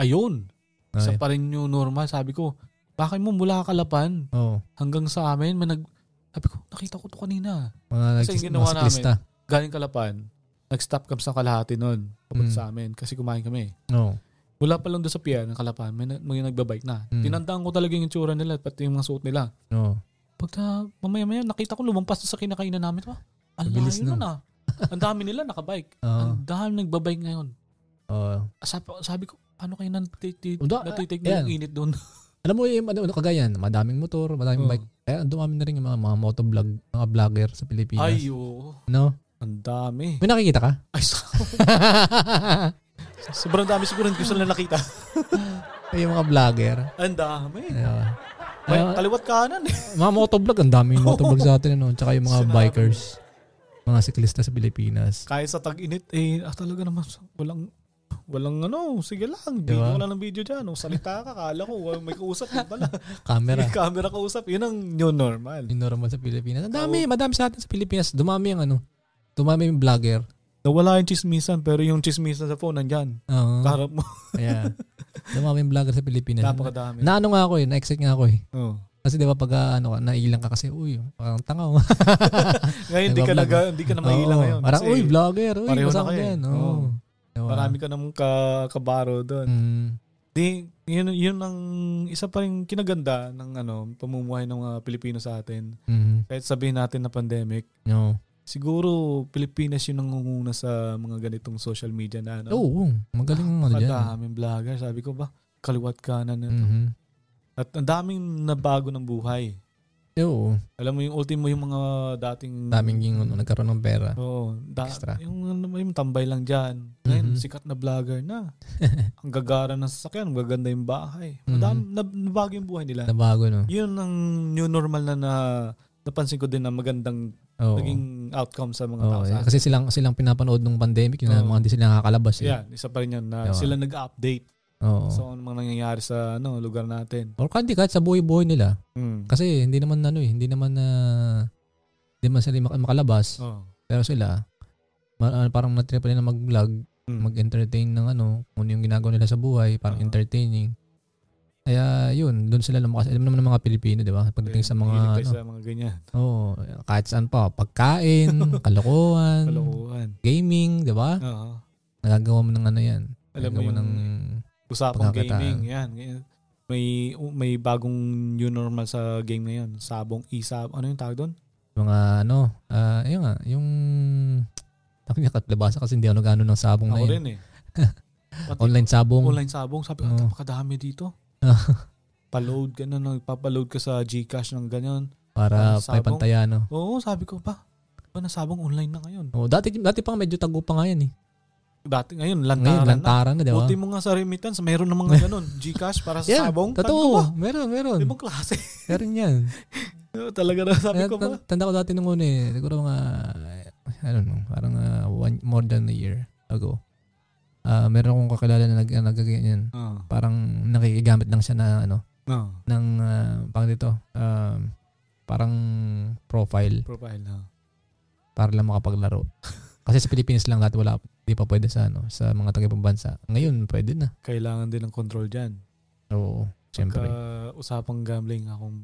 [SPEAKER 3] Ayun. Isa
[SPEAKER 2] Ay,
[SPEAKER 3] pa rin yung normal. Sabi ko, bakit mo mula Kalapan
[SPEAKER 2] Oo.
[SPEAKER 3] hanggang sa amin, may nag... Sabi ko, nakita ko to kanina.
[SPEAKER 2] mga
[SPEAKER 3] Kasi
[SPEAKER 2] nagsis-
[SPEAKER 3] ginawa
[SPEAKER 2] mga siklista.
[SPEAKER 3] Galing Kalapan, nag-stop kami sa kalahati nun. Kapag
[SPEAKER 2] Mm.
[SPEAKER 3] sa amin, kasi kumain kami.
[SPEAKER 2] Oo.
[SPEAKER 3] Wala pa lang doon sa pier ng Kalapan, may, na- may nagbabike na.
[SPEAKER 2] Mm.
[SPEAKER 3] Tinandaan ko talaga yung itsura nila, pati yung mga suot nila.
[SPEAKER 2] Oo.
[SPEAKER 3] Pagka mamaya-maya, nakita ko lumampas doon sa kinakainan namin. Ah, ang
[SPEAKER 2] Mabilis na.
[SPEAKER 3] layo nun ah. Ang dami nila [LAUGHS] nakabike.
[SPEAKER 2] Oo.
[SPEAKER 3] Ang dami nagbabike ngayon.
[SPEAKER 2] Oo.
[SPEAKER 3] Sabi, sabi ko, paano kayo natiti-
[SPEAKER 2] Unda-
[SPEAKER 3] natitig
[SPEAKER 2] eh, ayan.
[SPEAKER 3] na yung init doon?
[SPEAKER 2] Alam mo yung ano, ano kagayan, madaming motor, madaming
[SPEAKER 3] Oo.
[SPEAKER 2] bike. Kaya ang dumami na rin yung mga, mga motovlog, mga vlogger sa Pilipinas.
[SPEAKER 3] Ay, oo.
[SPEAKER 2] No?
[SPEAKER 3] Ang dami.
[SPEAKER 2] May nakikita
[SPEAKER 3] [LAUGHS]
[SPEAKER 2] ka?
[SPEAKER 3] Ay, sa- sobrang dami siguro hindi ko sila nakita.
[SPEAKER 2] yung mga vlogger.
[SPEAKER 3] Ang dami.
[SPEAKER 2] Ayun.
[SPEAKER 3] May
[SPEAKER 2] Ayun.
[SPEAKER 3] kaliwat kanan eh.
[SPEAKER 2] mga motovlog, ang daming motovlog sa atin, ano? Tsaka yung mga
[SPEAKER 3] Sinabi.
[SPEAKER 2] bikers, mga siklista sa Pilipinas.
[SPEAKER 3] Kahit sa tag-init, eh, ah, talaga naman, walang, walang ano, sige lang,
[SPEAKER 2] Di
[SPEAKER 3] video
[SPEAKER 2] ba?
[SPEAKER 3] ko lang ng video dyan. O, salita ka, kala ko, wa- may kausap yun
[SPEAKER 2] [LAUGHS]
[SPEAKER 3] pala.
[SPEAKER 2] Camera.
[SPEAKER 3] May camera kausap, yun ang new normal.
[SPEAKER 2] Yung normal sa Pilipinas. Ang dami, madami sa atin sa Pilipinas. Dumami ang ano, dumami yung vlogger.
[SPEAKER 3] Nawala yung chismisan, pero yung chismisan sa phone, nandyan.
[SPEAKER 2] Oo.
[SPEAKER 3] Kaharap mo,
[SPEAKER 2] Kaya, dumami yung vlogger sa Pilipinas.
[SPEAKER 3] [LAUGHS] napakadami. Oh.
[SPEAKER 2] Na ano nga ako eh, na-excite nga ako eh.
[SPEAKER 3] Oo.
[SPEAKER 2] Kasi di ba pag ah, ano, ka, nailang ka kasi, uy, parang tanga oh.
[SPEAKER 3] Ngayon, di ka,
[SPEAKER 2] Nagbablog.
[SPEAKER 3] naga, di ka na mahilang
[SPEAKER 2] Oo.
[SPEAKER 3] ngayon.
[SPEAKER 2] Parang,
[SPEAKER 3] kasi
[SPEAKER 2] uy, vlogger, uy,
[SPEAKER 3] pareho na
[SPEAKER 2] kasama
[SPEAKER 3] kayo eh.
[SPEAKER 2] yan. Oo.
[SPEAKER 3] Oo.
[SPEAKER 2] Diba?
[SPEAKER 3] Marami ka namang ka, kabaro doon.
[SPEAKER 2] Mm.
[SPEAKER 3] Di, yun, yun ang isa pa rin kinaganda ng ano, pamumuhay ng mga Pilipino sa atin.
[SPEAKER 2] Mm.
[SPEAKER 3] Kahit sabihin natin na pandemic,
[SPEAKER 2] No.
[SPEAKER 3] siguro Pilipinas yung nangunguna sa mga ganitong social media na ano.
[SPEAKER 2] Oo, magaling ang Oh, ano dyan.
[SPEAKER 3] Kadaming vlogger. Sabi ko ba, kaliwat kanan. na
[SPEAKER 2] Mhm.
[SPEAKER 3] At ang daming nabago ng buhay.
[SPEAKER 2] Eh, Oo,
[SPEAKER 3] Alam mo yung ultimo yung mga dating...
[SPEAKER 2] daming yung ano, nagkaroon ng pera.
[SPEAKER 3] Oo. Da,
[SPEAKER 2] Extra.
[SPEAKER 3] yung, ano, yung tambay lang dyan. Ngayon,
[SPEAKER 2] Mhm.
[SPEAKER 3] sikat na vlogger
[SPEAKER 2] [LAUGHS]
[SPEAKER 3] na. ang gagara ng sasakyan, ang gaganda yung bahay.
[SPEAKER 2] Mm-hmm.
[SPEAKER 3] Madami, nab- nabago yung buhay nila.
[SPEAKER 2] Nabago, no?
[SPEAKER 3] Yun ang new normal na, na napansin ko din na magandang
[SPEAKER 2] Oo.
[SPEAKER 3] naging outcome sa mga
[SPEAKER 2] Oo,
[SPEAKER 3] tao.
[SPEAKER 2] eh,
[SPEAKER 3] sa atin.
[SPEAKER 2] kasi silang silang pinapanood nung pandemic, yun ang
[SPEAKER 3] Oo.
[SPEAKER 2] mga hindi sila nakakalabas. Eh.
[SPEAKER 3] Yan, isa pa rin yan na
[SPEAKER 2] Diba?
[SPEAKER 3] sila nag-update
[SPEAKER 2] Oo.
[SPEAKER 3] sa ano mga nangyayari sa ano lugar natin.
[SPEAKER 2] Or kahit, kahit sa buhay-buhay nila.
[SPEAKER 3] Mm.
[SPEAKER 2] Kasi hindi naman ano eh, hindi naman na hindi man sila mak- makalabas.
[SPEAKER 3] Oh.
[SPEAKER 2] Pero sila, ma- ah, parang natrip nila mag-vlog,
[SPEAKER 3] Mm.
[SPEAKER 2] mag-entertain ng ano, kung ano yung ginagawa nila sa buhay, parang
[SPEAKER 3] Oo.
[SPEAKER 2] entertaining. Kaya yun, doon sila lumakas. Alam naman ng mga Pilipino, di ba? Pagdating
[SPEAKER 3] Ayun,
[SPEAKER 2] sa mga,
[SPEAKER 3] Eh, mahilig tayo
[SPEAKER 2] ano,
[SPEAKER 3] sa mga ganyan,
[SPEAKER 2] oh, kahit saan pa,
[SPEAKER 3] [LAUGHS]
[SPEAKER 2] pagkain, kalokohan,
[SPEAKER 3] kalokohan.
[SPEAKER 2] gaming, di ba?
[SPEAKER 3] Oo.
[SPEAKER 2] Nagagawa mo ng ano yan.
[SPEAKER 3] Alam mo
[SPEAKER 2] Nagagawa
[SPEAKER 3] yung
[SPEAKER 2] Ah. ng,
[SPEAKER 3] usapang
[SPEAKER 2] pagkakataan.
[SPEAKER 3] gaming, yan. Ngayon, May may bagong new normal sa game ngayon. Sabong isab, ano yung tawag doon?
[SPEAKER 2] mga ano, ah, ayun nga, yung Ako niya katlabasa kasi hindi ako nag-ano ng sabong na [LAUGHS]
[SPEAKER 3] Ako
[SPEAKER 2] yun.
[SPEAKER 3] rin eh. Pati
[SPEAKER 2] Online sabong. Oh.
[SPEAKER 3] Online sabong. Sabi ko,
[SPEAKER 2] Oo. [LAUGHS]
[SPEAKER 3] napakadami dito. Paload ka na, nagpapaload ka sa Gcash ng ganyan.
[SPEAKER 2] Para
[SPEAKER 3] Parang sabong.
[SPEAKER 2] may pantaya, no?
[SPEAKER 3] Oo, sabi ko pa, ba nasabong online na ngayon?
[SPEAKER 2] Oh, dati, dati pa nga medyo tago pa nga yan eh.
[SPEAKER 3] Dati ngayon,
[SPEAKER 2] Ngayon,
[SPEAKER 3] lantaran na.
[SPEAKER 2] lantaran na, di ba?
[SPEAKER 3] Buti mo nga sa remittance, mayroon ng mga
[SPEAKER 2] [LAUGHS]
[SPEAKER 3] ganun. Gcash para sa
[SPEAKER 2] Yeah,
[SPEAKER 3] sabong. Sabi ko,
[SPEAKER 2] Totoo, meron, meron.
[SPEAKER 3] "Ba, Ibang klase. [LAUGHS]
[SPEAKER 2] Meron yan.
[SPEAKER 3] Talaga na sabi
[SPEAKER 2] Kaya
[SPEAKER 3] ko ba?
[SPEAKER 2] tan- Tanda ko dati nung una eh. Siguro mga, I don't know, parang ah, one, more than a year ago. Ah, meron akong kakilala na nag, na nagaganyan.
[SPEAKER 3] Oo.
[SPEAKER 2] Parang nakikigamit lang siya na ano,
[SPEAKER 3] Oo.
[SPEAKER 2] ng, ah, parang dito, um, parang profile
[SPEAKER 3] Profile ah. na.
[SPEAKER 2] para lang makapaglaro. [LAUGHS] Kasi sa Pilipinas lang dati wala, di pa pwede sa ano, sa mga taga-ibang bansa. Ngayon, pwede na.
[SPEAKER 3] Kailangan din ng control dyan.
[SPEAKER 2] Oo,
[SPEAKER 3] Ka,
[SPEAKER 2] syempre.
[SPEAKER 3] usapang gambling akong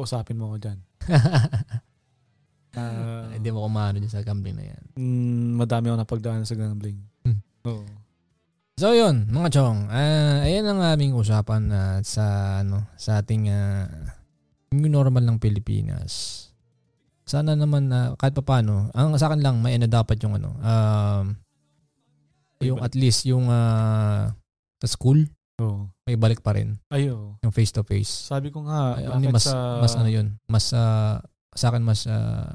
[SPEAKER 3] usapin mo ko dyan. Ah,
[SPEAKER 2] [LAUGHS] Hindi mo kumano dyan sa gambling na yan.
[SPEAKER 3] mm, madami ako napagdaanan sa gambling.
[SPEAKER 2] Hmm.
[SPEAKER 3] Oo.
[SPEAKER 2] So yun, mga chong, ah, ayan ang aming usapan ah, sa ano, sa ating ah, new normal ng Pilipinas. Sana naman na kahit papaano, ang sa akin lang may ano dapat yung ano, um, yung at least yung ah, sa school
[SPEAKER 3] Oo.
[SPEAKER 2] may balik pa rin
[SPEAKER 3] Ayo.
[SPEAKER 2] yung face to face.
[SPEAKER 3] Sabi ko nga, Ah, bakit
[SPEAKER 2] mas
[SPEAKER 3] sa...
[SPEAKER 2] mas ano yun, mas ah, sa akin mas ah,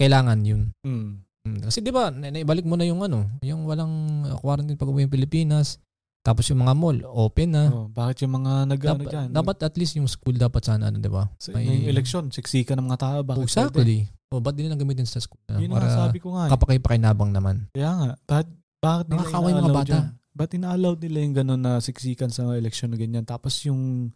[SPEAKER 2] kailangan yun.
[SPEAKER 3] Mm.
[SPEAKER 2] Mm, Kasi 'di ba, na- naibalik mo na yung ano, yung walang uh, quarantine pag uwi ng Pilipinas. Tapos yung mga mall open na.
[SPEAKER 3] Oo, bakit yung mga nag ano
[SPEAKER 2] Dap-
[SPEAKER 3] Oh, dyan?
[SPEAKER 2] Ah. dapat at least yung school dapat sana ano, 'di ba?
[SPEAKER 3] Sa-
[SPEAKER 2] may- Oh,
[SPEAKER 3] ngayong eleksyon, siksika ng mga tao. Bakit pwede?
[SPEAKER 2] Exactly. O ba't din lang gamitin sa school? Na,
[SPEAKER 3] Yun
[SPEAKER 2] para
[SPEAKER 3] nga sabi ko nga. Eh.
[SPEAKER 2] kapaki-pakinabang naman.
[SPEAKER 3] Kaya nga, bakit, bakit nila
[SPEAKER 2] Nakakaway mga
[SPEAKER 3] ina-allow
[SPEAKER 2] bata.
[SPEAKER 3] dyan? Ba't ina-allow nila yung gano'n na siksikan sa eleksyon na ganyan? Tapos yung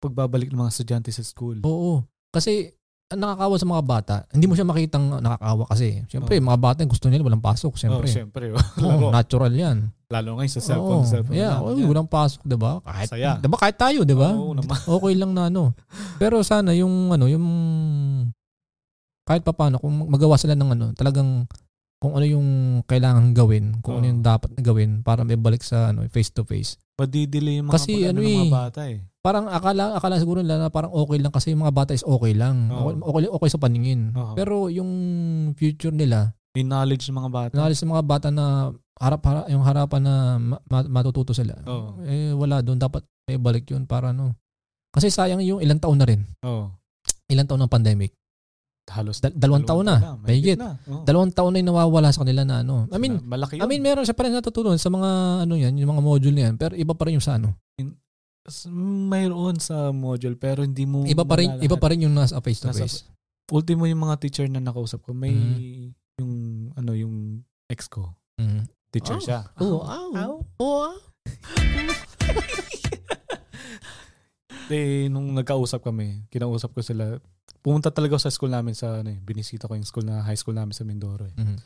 [SPEAKER 3] pagbabalik ng mga estudyante sa school.
[SPEAKER 2] Oo. Kasi ang nakakawa sa mga bata, hindi mo siya makitang nakakawa kasi. Siyempre, mga bata gusto nila walang pasok,
[SPEAKER 3] Oh, [LAUGHS]
[SPEAKER 2] siyempre.
[SPEAKER 3] siyempre.
[SPEAKER 2] Oo,
[SPEAKER 3] laro.
[SPEAKER 2] natural 'yan.
[SPEAKER 3] Lalo ngayon sa
[SPEAKER 2] Oo.
[SPEAKER 3] cellphone. cellphone
[SPEAKER 2] yeah, diba?
[SPEAKER 3] namin
[SPEAKER 2] oy,
[SPEAKER 3] yan.
[SPEAKER 2] walang pasok, 'di ba? Kahit
[SPEAKER 3] Saya.
[SPEAKER 2] 'di ba kahit tayo, 'di ba?
[SPEAKER 3] Oo naman.
[SPEAKER 2] okay lang na ano. Pero sana yung ano, yung kahit papaano kung magawa sila ng ano, talagang kung ano yung kailangan gawin, kung ano
[SPEAKER 3] Oo.
[SPEAKER 2] yung dapat na gawin para may balik sa ano, face to face.
[SPEAKER 3] Madidili yung mga,
[SPEAKER 2] Kasi
[SPEAKER 3] pag- ano,
[SPEAKER 2] ano
[SPEAKER 3] ng mga
[SPEAKER 2] eh.
[SPEAKER 3] bata eh.
[SPEAKER 2] Parang akala akala siguro nila na parang okay lang kasi yung mga bata is okay lang.
[SPEAKER 3] Oo.
[SPEAKER 2] Okay, okay, okay sa paningin.
[SPEAKER 3] Oo.
[SPEAKER 2] Pero yung future nila,
[SPEAKER 3] Yung knowledge ng mga bata.
[SPEAKER 2] nalis sa mga bata na harap, harap yung harapan na ma- ma- matututo sila.
[SPEAKER 3] Oo.
[SPEAKER 2] Eh wala doon dapat may balik yun para ano. Kasi sayang yung ilang taon na rin.
[SPEAKER 3] Oo.
[SPEAKER 2] Ilang taon ng pandemic.
[SPEAKER 3] Halos
[SPEAKER 2] Dal- dalawang taon na. Mahigit.
[SPEAKER 3] na. Oo.
[SPEAKER 2] Dalawang taon na yung nawawala sa kanila na ano. I mean,
[SPEAKER 3] Na- malaki
[SPEAKER 2] I mean meron siya pa rin natutunan sa mga ano yan, yung mga module na yan, pero iba pa rin yung sa ano.
[SPEAKER 3] S- mayroon sa module pero hindi mo
[SPEAKER 2] Iba pa rin
[SPEAKER 3] malalahat.
[SPEAKER 2] iba pa rin yung nasa face to face.
[SPEAKER 3] ultimo yung mga teacher na nakausap ko may
[SPEAKER 2] Mhm.
[SPEAKER 3] yung ano yung ex ko
[SPEAKER 2] Mm.
[SPEAKER 3] teacher
[SPEAKER 2] Oh.
[SPEAKER 3] siya
[SPEAKER 2] Oo. Oo. Oo.
[SPEAKER 3] de nung nagkausap kami kinausap ko sila pumunta talaga ako sa school namin sa ano eh, binisita ko yung school na high school namin sa Mindoro eh.
[SPEAKER 2] Mhm.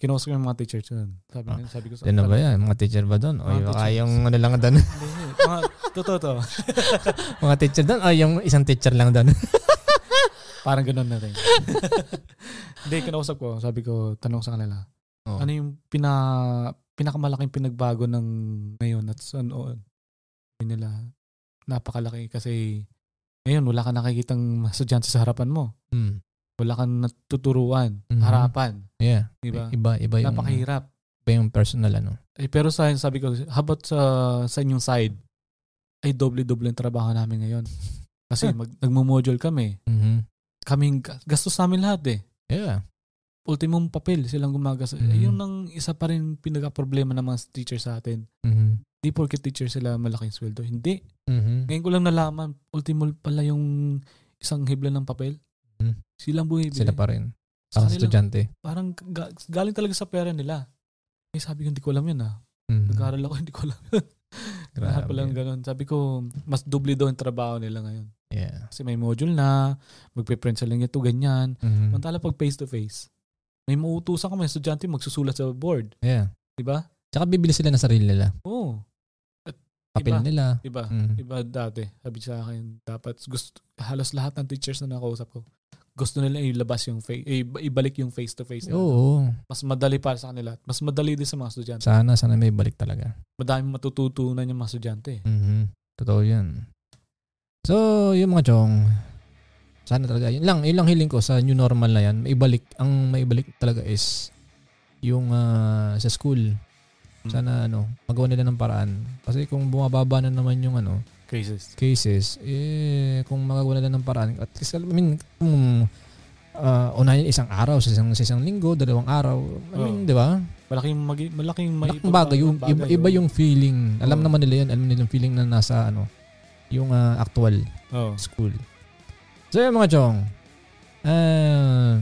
[SPEAKER 3] kinausap ko yung mga teacher doon sabi,
[SPEAKER 2] Ah.
[SPEAKER 3] nila- sabi ko sa
[SPEAKER 2] Ano ba yan? Mga teacher ba doon? O
[SPEAKER 3] Mga
[SPEAKER 2] baka
[SPEAKER 3] teacher.
[SPEAKER 2] yung ano lang doon?
[SPEAKER 3] Hindi, hindi. mga, totoo to
[SPEAKER 2] [LAUGHS] mga teacher doon? O yung isang teacher lang [LAUGHS] doon?
[SPEAKER 3] parang ganun na rin [LAUGHS] hindi kinausap ko sabi ko tanong sa kanila
[SPEAKER 2] Oo.
[SPEAKER 3] ano yung pina, pinakamalaking pinagbago ng ngayon at sa noon? Yun nila, napakalaki kasi ngayon wala kang nakikitang estudyante sa harapan mo.
[SPEAKER 2] Mm.
[SPEAKER 3] Wala kang natuturuan,
[SPEAKER 2] Mhm.
[SPEAKER 3] harapan,
[SPEAKER 2] Yeah.
[SPEAKER 3] di ba?
[SPEAKER 2] Iba, iba yung,
[SPEAKER 3] Napakahirap.
[SPEAKER 2] iba yung personal ano.
[SPEAKER 3] Eh, pero sa sabi ko, habot sa, sa inyong side, ay doble-doble ang trabaho namin ngayon.
[SPEAKER 2] [LAUGHS]
[SPEAKER 3] Kasi mag, nagmo-module kami.
[SPEAKER 2] Mhm.
[SPEAKER 3] Kaming ga- gastos namin lahat eh.
[SPEAKER 2] Yeah.
[SPEAKER 3] Ultimong papel silang gumagas. Eh,
[SPEAKER 2] Mhm.
[SPEAKER 3] Yun ang isa pa rin pinagka-problema ng mga teacher sa atin.
[SPEAKER 2] Mhm.
[SPEAKER 3] di porke teacher sila malaking sweldo. Hindi.
[SPEAKER 2] Mhm.
[SPEAKER 3] Ngayon ko lang nalaman, ultimo pala yung isang hibla ng papel.
[SPEAKER 2] Hmm.
[SPEAKER 3] Silang bumibili.
[SPEAKER 2] Sila pa rin.
[SPEAKER 3] Sa
[SPEAKER 2] Para sa
[SPEAKER 3] kanila.
[SPEAKER 2] estudyante.
[SPEAKER 3] Parang ga- galing talaga sa pera nila. Eh sabi ko, hindi ko alam yun ah.
[SPEAKER 2] Mhm.
[SPEAKER 3] Nag-aaral ako, [LAUGHS] hindi ko alam. Lahat pala ng ganun. Sabi ko, mas doble daw yung trabaho nila ngayon.
[SPEAKER 2] Yeah.
[SPEAKER 3] Kasi may module na, magpe-print sila nito, ganyan.
[SPEAKER 2] Mhm.
[SPEAKER 3] Mantala pag face-to-face, may mautusan ka, may estudyante magsusulat sa board.
[SPEAKER 2] Yeah.
[SPEAKER 3] Di ba?
[SPEAKER 2] Tsaka bibili sila ng sarili nila.
[SPEAKER 3] Oo.
[SPEAKER 2] Papel
[SPEAKER 3] Iba.
[SPEAKER 2] nila.
[SPEAKER 3] Di ba?
[SPEAKER 2] Mhm.
[SPEAKER 3] Iba dati, sabi sa akin, dapat gusto, halos lahat ng teachers na nakausap ko, gusto nila ilabas yung face, ibalik yung face to face.
[SPEAKER 2] Oo.
[SPEAKER 3] Mas madali para sa kanila. Mas madali din sa mga estudyante.
[SPEAKER 2] Sana, sana may balik talaga.
[SPEAKER 3] Madami matututunan yung mga estudyante.
[SPEAKER 2] Mhm. Totoo yan. So, yung mga chong, sana talaga, yun lang, yun lang hiling ko sa new normal na yan, maibalik, ang maibalik talaga is yung ah, sa school,
[SPEAKER 3] Mm.
[SPEAKER 2] Sana ano, magawa nila ng paraan. Kasi kung bumababa na naman yung ano,
[SPEAKER 3] Cases.
[SPEAKER 2] cases, eh, kung magagawa nila ng paraan, at least, I mean, kung uh, unahin isang araw, sa isang, sa isang linggo, dalawang araw, I mean,
[SPEAKER 3] Oo.
[SPEAKER 2] di ba?
[SPEAKER 3] Malaking, magi- malaking
[SPEAKER 2] Malaking bagay, yung, iba, iba yung feeling. Alam
[SPEAKER 3] Oo.
[SPEAKER 2] naman nila yan, alam nila yung feeling na nasa, ano, yung ah, actual
[SPEAKER 3] Oh.
[SPEAKER 2] school. So yun mga chong, ah,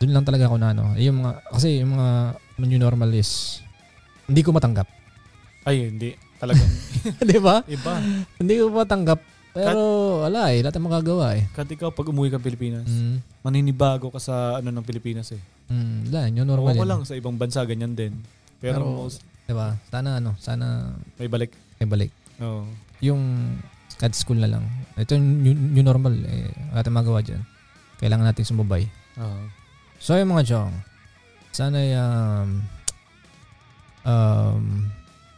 [SPEAKER 2] doon lang talaga ako na ano, yung mga, kasi yung mga new normal is, hindi ko matanggap. [LAUGHS]
[SPEAKER 3] Ay, hindi. Talagang [LAUGHS]
[SPEAKER 2] di ba?
[SPEAKER 3] iba.
[SPEAKER 2] Hindi ko matanggap. Pero wala eh, lahat ang magagawa eh.
[SPEAKER 3] Kahit ikaw, pag umuwi ka Pilipinas,
[SPEAKER 2] Mm,
[SPEAKER 3] maninibago ka sa ano ng Pilipinas eh.
[SPEAKER 2] mm, wala, yun normal
[SPEAKER 3] Normal ko
[SPEAKER 2] yun.
[SPEAKER 3] lang sa ibang bansa, ganyan din. Pero,
[SPEAKER 2] Pero-
[SPEAKER 3] most-
[SPEAKER 2] Di ba? Sana ano, sana
[SPEAKER 3] may balik.
[SPEAKER 2] ibalik.
[SPEAKER 3] Oo.
[SPEAKER 2] Yung kahit school na lang. Ito yung new, new normal eh, wala tayong magawa dyan. Kailangan natin sumubay.
[SPEAKER 3] Oo.
[SPEAKER 2] So yung mga chong, sana um, um,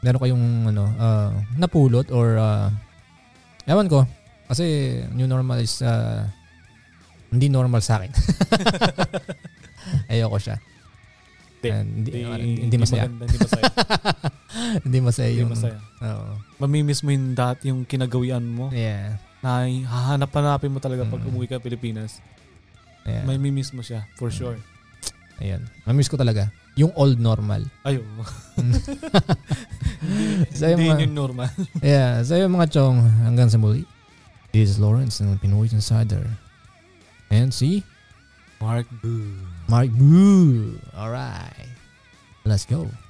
[SPEAKER 2] meron kayong ano, ah, napulot or ah, ewan ko. Kasi new normal is ah, hindi normal sa akin. [LAUGHS] Ayoko siya.
[SPEAKER 3] Di-
[SPEAKER 2] Ah, hindi, hindi, hindi masaya.
[SPEAKER 3] maganda, hindi masaya.
[SPEAKER 2] [LAUGHS] hindi [LAUGHS] masaya
[SPEAKER 3] hindi
[SPEAKER 2] yung...
[SPEAKER 3] masaya. Oh.
[SPEAKER 2] Oo.
[SPEAKER 3] Mamimiss mo yung dati, yung kinagawian mo.
[SPEAKER 2] yeah.
[SPEAKER 3] Na hahanap-hanapin mo talaga pag
[SPEAKER 2] Mm.
[SPEAKER 3] umuwi ka Pilipinas.
[SPEAKER 2] yeah.
[SPEAKER 3] May mimiss mo siya, for
[SPEAKER 2] Mm.
[SPEAKER 3] sure.
[SPEAKER 2] Ayan. Mamiss ko talaga. Yung old normal. [LAUGHS]
[SPEAKER 3] Ayo. [LAUGHS]
[SPEAKER 2] So, yung
[SPEAKER 3] Hindi
[SPEAKER 2] mga-
[SPEAKER 3] yun yung normal.
[SPEAKER 2] Yeah, so yung mga chong, hanggang sa muli. This is Lawrence ng Pinoy Insider. And si
[SPEAKER 3] Mark Boo.
[SPEAKER 2] Mark Boo. Alright. Let's go.